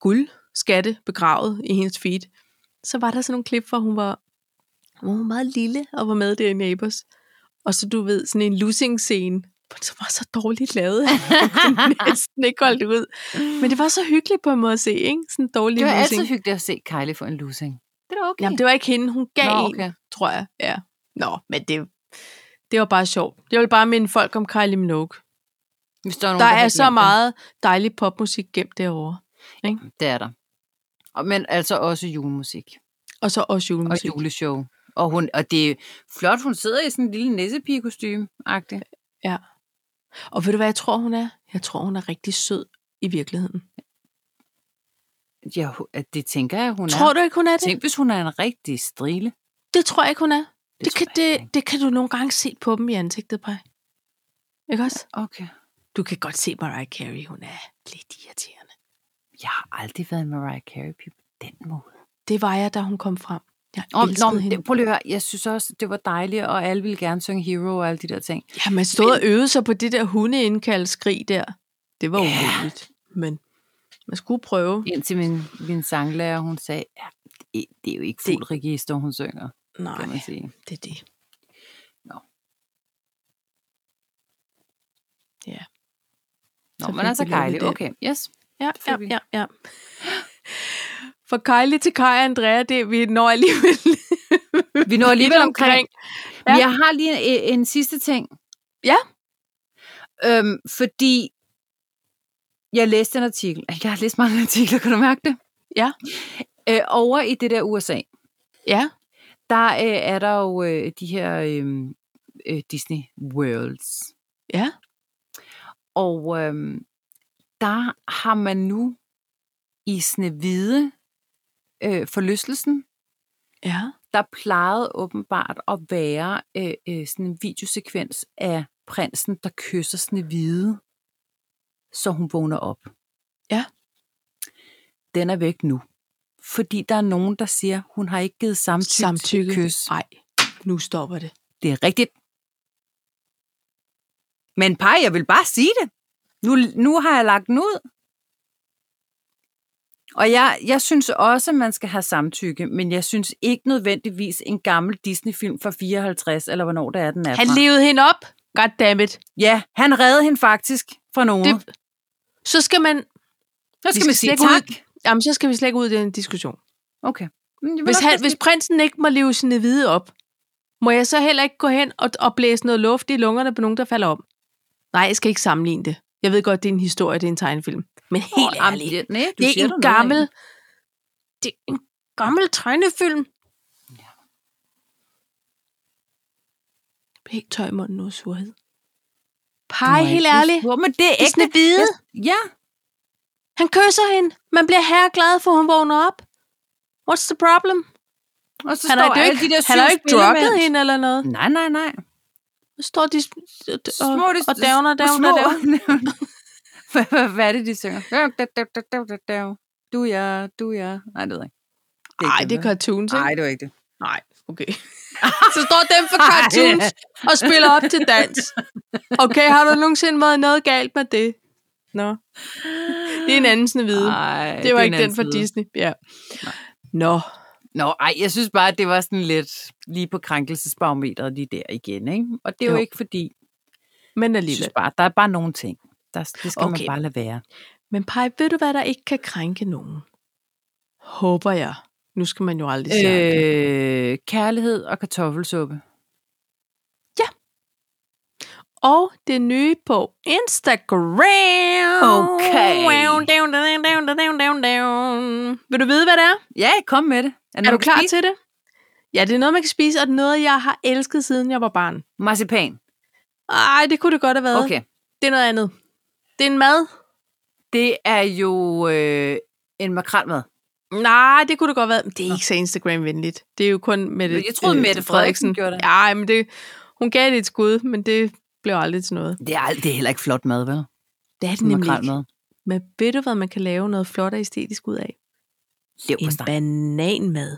guld skatte begravet i hendes feed. Så var der sådan nogle klip, hvor hun var, hvor hun var meget lille og var med der i Neighbors. Og så du ved, sådan en losing scene, som var så dårligt lavet, at jeg næsten ikke holdt ud. Men det var så hyggeligt på en måde at se, ikke? Sådan en dårlig
Det var altid
losing.
hyggeligt at se Kylie få en losing. Det er da okay.
Jamen, det var ikke hende, hun gav
Nå,
Nå,
okay.
en, tror jeg. Ja. Nå, men det, det var bare sjovt. Jeg vil bare minde folk om Kylie Minogue.
Hvis der er, nogen,
Der
har
er så
glemt den.
meget dejlig popmusik gemt derovre.
Det er der. Og, men altså også julemusik.
Og så også
og
julemusik.
juleshow. Og, hun, og det er flot, hun sidder i sådan en lille nissepigekostyme agtig
Og ved du, hvad jeg tror, hun er? Jeg tror, hun er rigtig sød i virkeligheden.
Ja, hu- at det tænker jeg, hun
Hun tror
er.
du ikke, hun er det?
Tænk, hvis hun er en rigtig strile. Det,
Det tror jeg ikke, hun er. Det, det,
tror
kan,
jeg ikke.
det, det kan du nogle gange se på dem i ansigtet, på. Ikke også?
Okay.
Du kan godt se Mariah Carey, hun er lidt irriterende.
Jeg har aldrig været en Mariah Carey-pige på den måde.
Det var jeg, da hun kom frem. Jeg
Nå,
elskede
nå, men
hende.
det, prøv lige at høre. Jeg synes også, det var dejligt, og alle ville gerne synge Hero og alle de der ting.
Ja, man stod og øvede sig på det der hundeindkaldskrig der. Det var
Ja.
umuligt, men man skulle prøve.
Indtil min, min sanglærer, hun sagde, ja, det, det er jo ikke
Det-
fuld register, hun synger,
Nej,
kan man sige.
det er det.
Nå,
så
men
fik
altså
vi lukket
Kylie,
den.
okay, yes.
Ja,
fik
ja,
vi.
ja, ja. For Kylie til Kai og Andrea, det vi når alligevel.
Vi når alligevel
Lidt
omkring.
Ja.
Ja. Jeg har lige en, en sidste ting.
Ja.
Øhm, fordi jeg læste en artikel. Jeg har læst mange artikler, kan du mærke det?
Ja.
Øh, over i det der USA,
Ja,
der øh, er der jo øh, de her øh, øh, Disney Worlds.
ja.
Og øhm, der har man nu i Snevide øh, forlystelsen,
Ja.
der plejede åbenbart at være øh, øh, sådan en videosekvens af prinsen, der kysser Snevide, så hun vågner op.
Ja. Den
Den er væk nu. Fordi der er nogen, der siger, hun har ikke givet samtykke,
Samtykke.
til et kys.
Nej, nu stopper det.
Det er rigtigt. Men par, jeg vil bare sige det. Nu, nu har jeg lagt den ud. Og jeg, jeg synes også, at man skal have samtykke, men jeg synes ikke nødvendigvis en gammel Disney-film fra 54, eller hvornår det er, den er
Han
fra.
levede hende op. Goddammit.
Ja, han reddede hende faktisk fra nogen.
Det- Så skal man...
så
vi
skal man
skal
sige
slet
tak.
ikke Jamen, så skal vi slet ikke ud i den diskussion.
Okay. Men jeg vil
Hvis,
også
han,
bare
hvis
sige-
prinsen ikke må leve sine hvide op, må jeg så heller ikke gå hen og, og blæse noget luft i lungerne på nogen, der falder om? Nej, jeg skal ikke sammenligne det. Jeg ved godt, det er en historie, det er en tegnefilm. Men helt
Åh,
ærligt,
jamen, nej, du
det
siger
er
da
en
noget,
gammel...
Rikke.
Det er en gammel tegnefilm. Jeg blev Helt tør i munden nu af surhed.
Du må
Pej,
ikke
helt
blive
ærligt.
sur, Men det er
Ikke
ægte.
hvide.
Ja,
Han kysser hende. Man bliver herreglad, for hun vågner op. What's the problem?
og så
Han
står
har jo
alle
ikke,
de der
han
syv
har jo ikke
spillemænd.
drukket hende eller noget.
Nej, nej, nej.
Så står de og,
små, det,
og dævner, dævner, dævner.
Hvad, hvad, hvad er det, de synger? Dæv, dæv, dæv, dæv, dæv, dæv, dæv. Du er, ja, du er. Ja. Nej, det ved jeg ikke.
Nej, det er cartoons,
Nej,
ikke?
det var ikke det.
Nej, okay. Så står dem for cartoons og spiller op til dans. Okay, har du nogensinde været noget galt med det? Nå. Det er en anden sådan viden.
Ej,
Det var
er en
ikke den
anden
fra
side.
Disney. Ja. Nå.
Nå, ej, jeg synes bare, at det var sådan lidt lige på krænkelsesbarometeret lige der igen, ikke? Og det er jo,
Jo.
ikke fordi,
Men
jeg synes
alligevel.
bare, der er bare nogle ting. Der, det skal
Okay.
man bare lade være.
Men Paj, ved du hvad, der ikke kan krænke nogen? Håber jeg. Nu skal man jo aldrig sige øh,
Øh, kærlighed og kartoffelsuppe.
Og det nye på Instagram.
Okay.
Down, down, down, down, down, down, down. Vil du vide, hvad det er?
Ja, kom med det.
Er du klar til det? Ja, det er noget, man kan spise, og det er noget, jeg har elsket, siden jeg var barn.
Marcipan.
Ej, det kunne det godt have været.
Okay.
Det er noget andet. Det er en mad,
Det er jo øh, en makrelmad.
Nej, det kunne det godt være. Men det er ikke så Instagram-venligt. Det er jo kun Mette
Jeg troede,
øh,
Mette Frederiksen gjorde det.
Ja, men det, hun gav det et skud, men det blev aldrig til noget.
Det er, ald- det er heller ikke flot mad, vel?
Det er det
Sådan
nemlig ikke.
Makrelmad.
Men ved du, hvad man kan lave noget flot og æstetisk ud af? En
Leverpostej.
bananmad.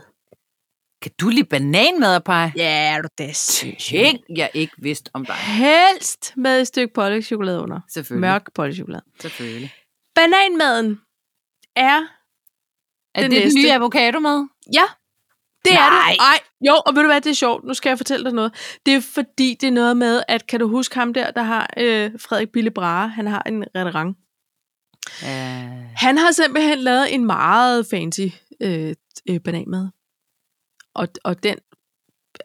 Kan du lide bananmad, Paj?
Ja, er du det
Ting, jeg ikke vidste om dig.
Helst med et stykke pålægschokolade under.
Selvfølgelig.
Mørk pålægschokolade.
Selvfølgelig.
Bananmaden er
Er det
Den
den
næste.
nye avocadomad?
Ja, det Nej. er
Nej.
det. Nej. Jo, og ved du hvad, det er sjovt. Nu skal jeg fortælle dig noget. Det er fordi, det er noget med, at kan du huske ham der, der har øh, Frederik Bille Brahe, han har en restaurant.
Øh,
Han har simpelthen lavet en meget fancy øh, øh, bananmad. Og, og den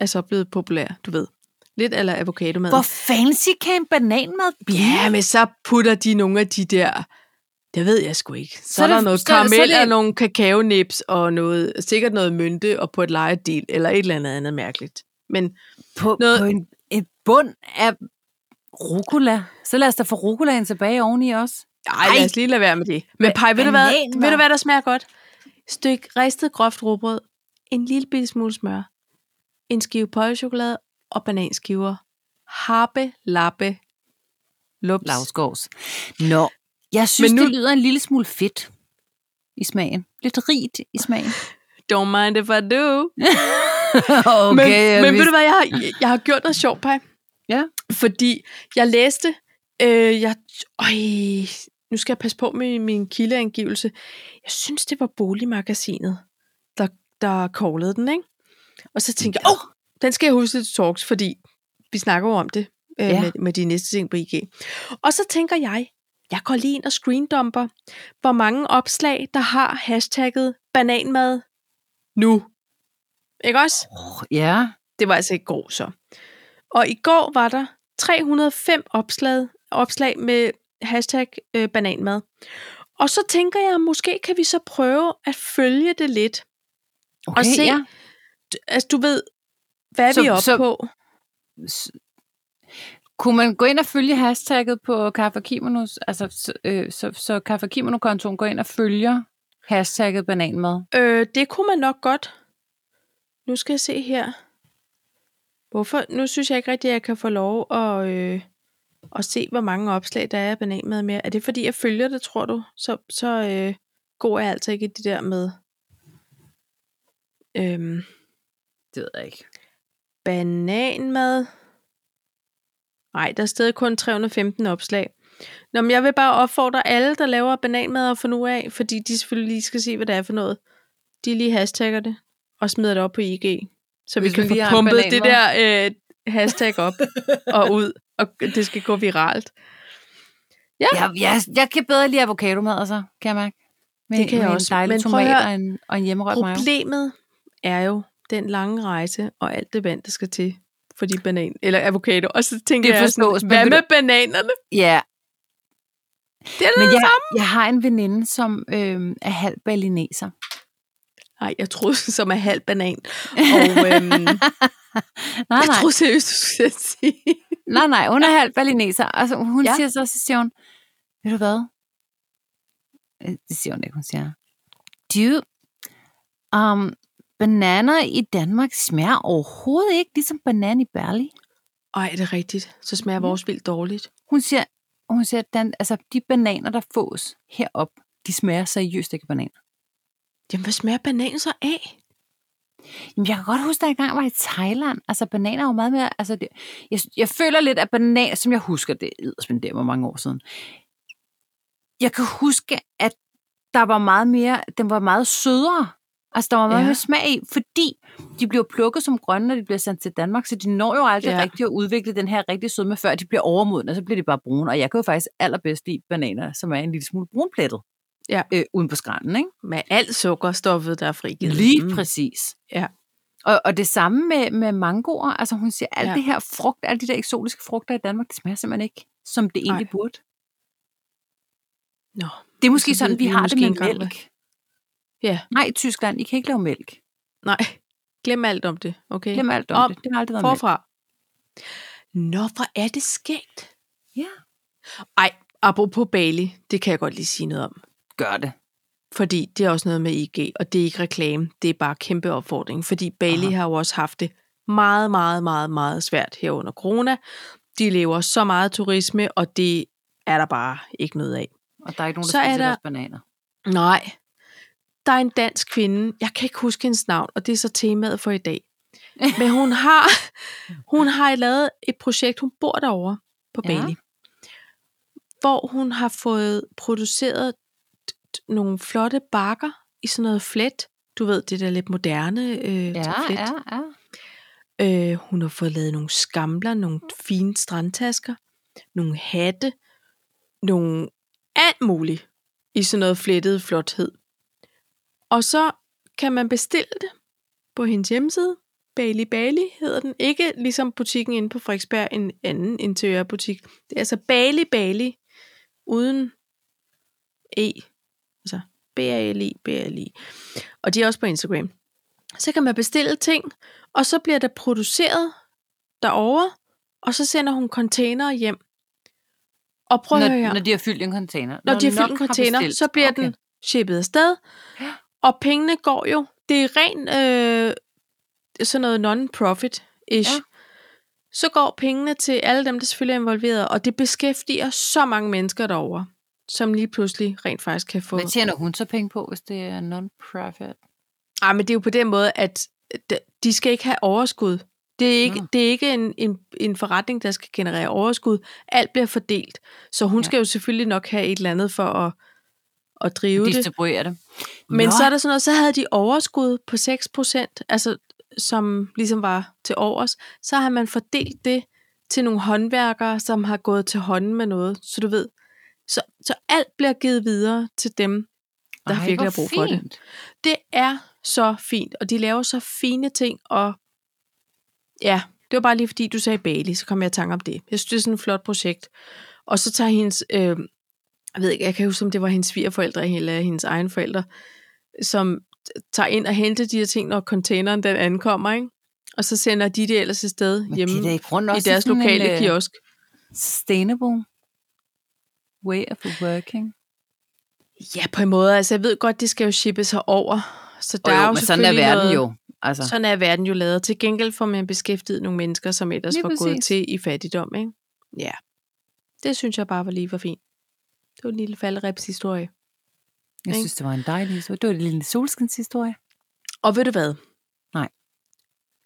er så blevet populær, du ved. Lidt eller avocadomad.
hvor fancy kan en bananmad blive?
Ja, men så putter de nogle af de der... Det ved jeg sgu ikke. Så,
Så
så
er
er der
det-
noget
så er det- så er
karamel
det-
og nogle kakaonips og noget, sikkert noget mynte og på et lejedel eller et eller andet andet mærkeligt. Men
på,
Noget-
på en, en bund af rucola. Så lad os da få rucolaen tilbage oveni os.
ej, lad os lige lade være med det. Men Paj, ved, du hvad,
bananer.
ved du hvad, der smager godt? Et stykke ristet groft råbrød, en lille bitte smule smør, en skive pøjechokolade og bananskiver. Harpe, lappe, lups.
Lavskovs. Nå, jeg synes,
Men
Men
nu-
nu... det lyder en lille smule fedt i smagen. Lidt rigt i smagen.
Don't mind if I do.
okay,
men, men ved
vidste-
du hvad, jeg har, jeg- jeg har gjort noget sjovt, Paj.
Ja.
Fordi jeg læste, øh, jeg, øj, nu skal jeg passe på med min kildeangivelse. Jeg synes, det var Boligmagasinet, der, der callede den, ikke? Og så tænkte jeg, åh, oh, den skal jeg huske til talks, fordi vi snakker jo om det øh,
Ja.
ja. med, med de næste ting på IG. Og så tænker jeg, jeg går lige ind og screendumper, hvor mange opslag, der har hashtagget bananmad nu. Ikke også?
Åh, Ja,
Det var altså i går så. Og i går var der 305 opslag, opslag med hashtag øh, bananmad. Og så tænker jeg, måske kan vi så prøve at følge det lidt.
okay,
se,
ja.
D- Altså, du ved, hvad er
Så-
vi oppe
så-
på?
S- Kunne man gå ind og følge hashtagget på Kaffe og Kimonos? Altså, så, øh, så, så Kaffe og Kimono-kontoen går ind og følger hashtagget bananmad.
Øh, det kunne man nok godt. Nu skal jeg se her. Hvorfor? Nu synes jeg ikke rigtigt, at jeg kan få lov at, øh, at se, hvor mange opslag der er af bananmad mere. Er det fordi, jeg følger det, tror du? Så, så øh, god er jeg altså ikke i det der med øhm,
Det ved jeg ikke.
bananmad. Nej, der er stadig kun 315 opslag. Nå, men jeg vil bare opfordre alle, der laver bananmad for nu af, fordi de selvfølgelig lige skal se, hvad det er for noget. De lige hashtagger det og smider det op på IG, så vi
Hvis
kan
man
få
lige har en
pumpet det der
bananmad.
øh, hashtag op og ud, og det skal gå viralt.
Jeg, jeg, jeg kan bedre lide avocadomad, altså, kan jeg mærke. Med,
Det kan jeg
med
også.
en dejlig
Men prøv at
tomat
høre.
og en, og en hjemmerørt mayo.
Problemet er jo den lange rejse og alt det vand, der skal til for de banan eller avocado. Og så tænker
Det
jeg,
forstås,
sådan,
men
hvad
ved
med bananerne?
Ja,
Det er da
men jeg,
Ligesom-
jeg har en veninde, som øh, er halv balineser.
Nej, jeg troede, som er halv banan. Og øhm,
Nej,
jeg
nej,
troede seriøst, du skulle til at sige.
nej, nej, hun er halv balineser. Altså, hun
Ja.
ja. siger så, så siger hun, ved du hvad? Øh, Det siger hun ikke, hun siger. Du, um, bananer i Danmark smager overhovedet ikke ligesom banan i Berlin.
Ej, det er rigtigt. Så smager
Mm.
vores vildt dårligt.
Hun siger, hun siger Dan, altså, de bananer, der fås herop, de smager seriøst ikke af banan.
Jamen, hvad smager banan så af?
Jamen, jeg kan godt huske, da jeg engang var i Thailand. Altså, bananer er jo meget mere... Altså, det, jeg, jeg føler lidt, at bananer, som jeg husker, det er der var mange år siden. Jeg kan huske, at der var meget mere... Den var meget sødere. Altså, der var meget
Ja.
ja. mere smag i, fordi de bliver plukket som grønne, når de bliver sendt til Danmark, så de når jo aldrig
Ja.
ja. rigtig at udvikle den her rigtig sødme, før de bliver overmodne, og så bliver de bare brune. Og jeg kan jo faktisk allerbedst lide bananer, som er en lille smule brunplettet.
Ja.
Øh, uden på skrænten, ikke?
Med alt sukkerstoffet, der er frigivet.
Lige
Mm.
præcis.
Ja.
Og, og det samme med, med mangoer. Altså hun siger, alt
Ja.
ja. det her frugt, alle de der eksotiske frugter i Danmark, det smager simpelthen ikke, som det egentlig
Nej.
burde.
Nå, Altså,
Det er måske
Så ved
sådan, vi
vi
har
måske
det med
engang, hvad-
mælk.
Ja.
Nej, Tyskland, I kan ikke lave mælk.
nej. Glem alt om det, okay?
Glem alt om
Om.
det. Det har aldrig været
Forfra. Nå, hvor er det skægt.
mælk. Ja.
Ej, Apropos Bali, det kan jeg godt lige sige noget om.
Gør det.
Fordi det er også noget med IG, og det er ikke reklame, det er bare kæmpe opfordring. Fordi Bali
Aha.
har jo også haft det meget, meget, meget, meget svært her under corona. De lever så meget af turisme, og det er der bare ikke noget af.
Og der er ikke nogen, der
Så er
spiser
der-
deres bananer.
Nej. Der er en dansk kvinde, jeg kan ikke huske hendes navn, og det er så temaet for i dag. Men hun har, hun har lavet et projekt, hun bor derovre på
Ja.
Bali, hvor hun har fået produceret t- t- nogle flotte bakker i sådan noget flet. Du ved, det der lidt moderne øh,
Ja,
flet.
ja, ja.
Øh, hun har fået lavet nogle skamler, nogle fine strandtasker, nogle hatte, nogle alt muligt i sådan noget flettet flothed. Og så kan man bestille det på hendes hjemmeside. Bali Bali hedder den. Ikke ligesom butikken inde på Frederiksberg, en anden interiørbutik. Det er altså Bali Bali uden E. Altså B-A-L-I, B-A-L-I. Og de er også på Instagram. Så kan man bestille ting, og så bliver der produceret derovre, og så sender hun containere hjem. Og prøv at høre her.
Når, når de har fyldt en container.
Når, når de
nok
har fyldt en container,
bestilt.
så bliver okay.
Okay.
den shippet afsted.
Ja.
Og pengene går jo. Det er ren øh, sådan noget non-profit-ish.
Ja.
Ja. Så går pengene til alle dem, der selvfølgelig er involveret, og det beskæftiger så mange mennesker derovre, som lige pludselig rent faktisk kan få...
Hvad tjener hun så penge på, hvis det er non-profit?
Ej, men det er jo på den måde, at d- de skal ikke have overskud. Det er ikke,
Nå.
det er ikke en, en, en forretning, der skal generere overskud. Alt bliver fordelt. Så hun
Ja.
ja. skal jo selvfølgelig nok have et eller andet for at, at drive det.
Distribuere det.
Men
Nå,
så er der sådan noget, så havde de overskud på 6%, altså som ligesom var til overs, så har man fordelt det til nogle håndværkere, som har gået til hånden med noget, så du ved. Så, så alt bliver givet videre til dem, der
ej,
Ej, virkelig har
hvor
brug for det.
fint.
Det er så fint, og de laver så fine ting, og ja, det var bare lige fordi, du sagde Bali, så kom jeg i tanke om det. Jeg synes, det er sådan et flot projekt. Og så tager hendes, øh, jeg ved ikke, jeg kan huske, om det var hendes svigerforældre eller hendes egen forældre, som tager ind og henter de her ting, når containeren den ankommer, ikke? Og så sender de det ellers afsted
Men
hjemme
de er da ikke rundt
i
også
deres
sådan
lokale
øh,
kiosk.
Sustainable way of working.
Ja, på en måde. Altså, jeg ved godt, det skal jo shippes herover. Så der
Og
er jo
men sådan er
selvfølgelig
verden
noget,
jo. Altså,
Sådan er verden jo lavet. Til gengæld får man beskæftiget nogle mennesker, som ellers
Lige
var præcis. gået
præcis.
til i fattigdom. Ikke? Ja, det synes jeg bare var lige for fint. Det var en lille falderepshistorie.
jeg
ikke?
synes, det var en dejlig historie. Det var en lille solskinshistorie.
Og ved du hvad?
Nej.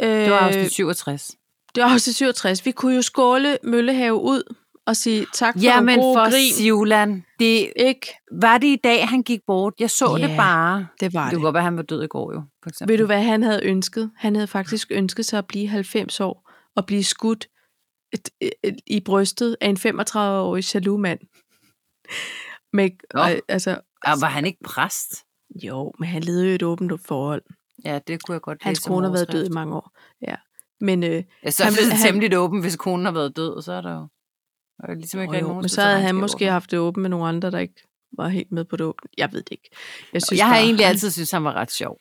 Øh,
Det var afsnit 67.
det var afsnit 67. Vi kunne jo skåle Møllehave ud og sige tak for
Ja,
nogle
men
gode
for
grin.
Sivland. Det
Ikke?
var det i dag, han gik bort. Jeg så
Ja,
det bare.
Det var
Det kunne godt være, han var død i går jo, for eksempel.
Ved du, hvad han havde ønsket? Han havde faktisk ønsket sig at blive 90 år og blive skudt et- et- et- i brystet af en 35-årig jaloux mand. Med,
Nå.
øh, altså,
Og Ah, var han ikke præst?
jo, men han levede jo et åbent forhold.
Ja, det kunne jeg godt
Hans
læse som
kone har været død i
overskrift.
mange år. Ja. Men, øh,
Ja, så er
Han-
det
han-
temmelig åben, hvis konen har været død, så er der jo... Og der er ligesom ikke
jo,
rigtig
jo,
nogen,
men
der
så
tager
havde han
regnskab
måske
over.
haft det åbent med nogle andre, der ikke var helt med på det åbent. Jeg ved det ikke. Jeg,
Jeg har
bare,
egentlig
han-
altid synes han var ret sjov.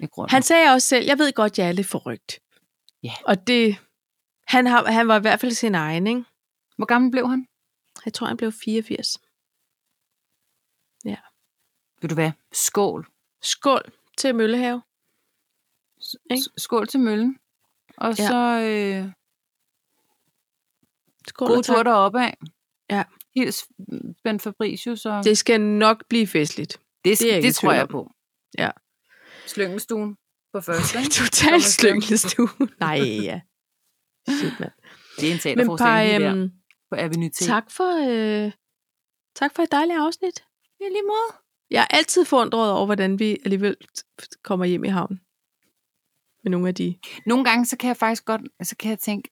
I grunden.
Han sagde også selv, jeg ved godt, jeg er lidt forrygt.
Ja.
Og det, han, har, han var i hvert fald sin egen, ikke?
Hvor gammel blev han?
Jeg tror, han blev 84.
Ved du hvad? Skål.
Skål til Møllehave.
S-
Ikke?
s- Skål til møllen. Og
Ja.
så øh,
Skål
god
og tak.
tur deroppe af.
Ja.
Hils mm, Ben Fabricius. Og
Det skal nok blive festligt.
det,
det er jeg ikke i
det tror
tvivl
jeg
om.
på.
Ja.
Slyngelstuen på første. ikke?
Totalt
Thomas Lem.
slyngelstue. Nej, ja. Shit, mand.
Det er en
Men par,
teaterforestilling øhm, der
øhm,
på Avenue T.
tak, for, øh, tak for et dejligt afsnit.
Ja, lige måde.
Jeg er altid forundret over, hvordan vi alligevel t- kommer hjem i havn. Med nogle af de...
Nogle gange, så kan jeg faktisk godt, så kan jeg tænke,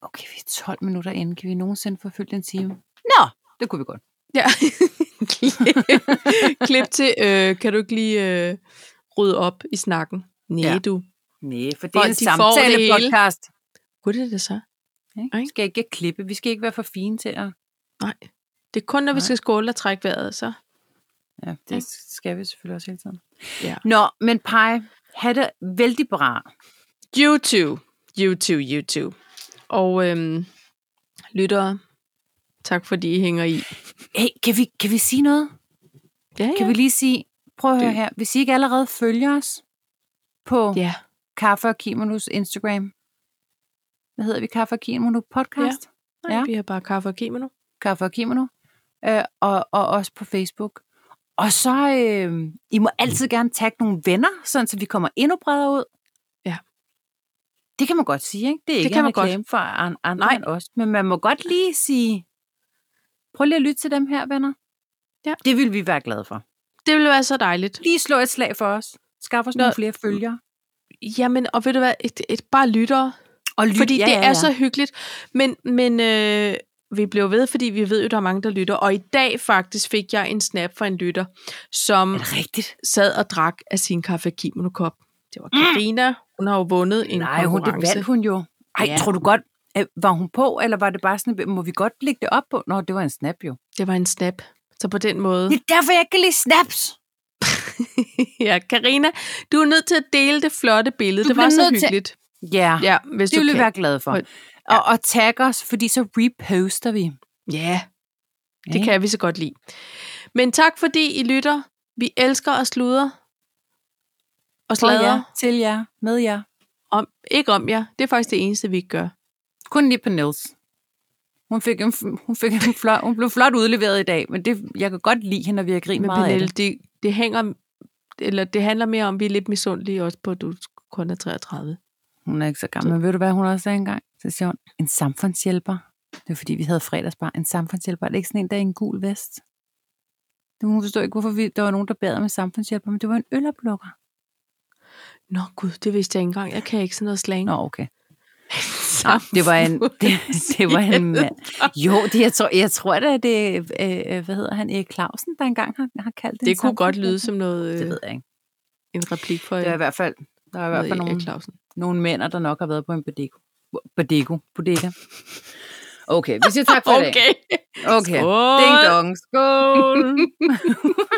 okay, vi er 12 minutter inde, kan vi nogensinde få fyldt en time? Nå, det kunne vi godt.
Ja. Klip til, øh, kan du ikke lige øh, rydde op i snakken? Nej,
Ja.
ja. du.
Nej, for det
Folk,
er en
de får det hele.
samtale-podcast.
Kunne det det så?
Ikke? Vi skal ikke klippe, vi skal ikke være for fine til at...
Det er kun, når vi
Nej.
skal skåle og trække vejret, så.
Ja, det skal vi selvfølgelig også hele tiden.
Ja.
Nå, men Paj, have det vældig bra.
YouTube. YouTube, YouTube. Og øhm, lyttere, Tak fordi I hænger i.
Hey, kan vi, kan vi sige noget?
Ja, ja.
Kan vi lige sige, prøv at høre
Det-
her, hvis I ikke allerede følger os på ja.
ja.
Kaffe og Kimonos Instagram. Hvad hedder vi? Kaffe og Kimono podcast? Ja.
Nej,
Ja.
ja. vi har bare kaffe og kimono.
Kaffe og Kimono. Øh, og, og også på Facebook. Og så, øh, I må altid gerne tagge nogle venner, sådan så vi kommer endnu bredere ud.
Ja.
Det kan man godt sige, ikke? Det er
Det
ikke
kan
en
man godt.
reklame for an- andre
Nej.
end os. Men man må godt lige sige, prøv lige at lytte til dem her, venner.
Ja.
Det vil vi være glade for.
Det ville være så dejligt.
Lige slå et slag for os. Skaf os
Nå.
nogle flere følgere.
Jamen, og ved du hvad, et, et bare lyttere.
Og lyt,
Fordi
ja,
det
ja, ja.
er så hyggeligt. Men, men øh, vi bliver ved, fordi vi ved jo, der er mange, der lytter. Og i dag faktisk fik jeg en snap fra en lytter, som
Er det rigtigt? Mm.
sad og drak af sin kaffe kimono kop. Det var Karina. Hun har jo vundet en
Nej, hun, det
konkurrence.
vandt hun jo. Ej, ja.
Ja.
tror du godt, øh, var hun på, eller var det bare sådan, må vi godt lægge det op på? Nå, det var en snap jo.
det var en snap. Så på den måde.
Det er derfor, jeg ikke kan lide snaps.
ja, Karina, du er nødt til at dele det flotte billede.
Du
det
bliver
var så
nødt til-
hyggeligt. Til...
Ja, ja
Ja, hvis
det
du
vil vi
kan.
være glade for. Og, og tag os, fordi så reposter vi.
Ja, det
Ikke?
kan vi så godt lide. Men tak fordi I lytter. Vi elsker at sludre
Fra
og slader
jer, til jer, med jer.
om, ikke om jer. Det er faktisk det eneste, vi ikke gør.
Kun lige på Nils. Hun, fik en, hun, fik en flot, hun blev flot udleveret i dag, men det, jeg kan godt lide hende, når vi har grinet
Men
meget af
Pernille,
det.
det, det, hænger, eller det handler mere om, at vi er lidt misundelige også på, at du kun er 33.
Hun er ikke så gammel, men ved du hvad hun også sagde engang? Så siger hun, en samfundshjælper. Det er fordi, vi havde fredagsbar. En samfundshjælper, er det ikke sådan en, der er i en gul vest? Det hun forstår ikke, hvorfor vi, der var nogen, der bad med samfundshjælper, men det var en øloplukker.
Nå gud, det vidste jeg ikke engang. Jeg kan ikke sådan noget slang.
Nå, okay. Det var en, det, det var en mand. Jo, det, jeg tror, jeg tror da, det er, øh, hvad hedder han, Erik Clausen, der engang har, har kaldt det en
Det kunne godt
samfundshjælper.
lyde som noget,
Det
øh,
ved jeg ikke.
en replik for
Det er i hvert fald, der er i hvert fald nogen,
Clausen.
nogle mænd, der nok har været på en bodego. Bodego. Bodega. Okay, Oh. vi siger tak for i dag.
Okay.
Okay.
Skål.
Ding dong. Skål.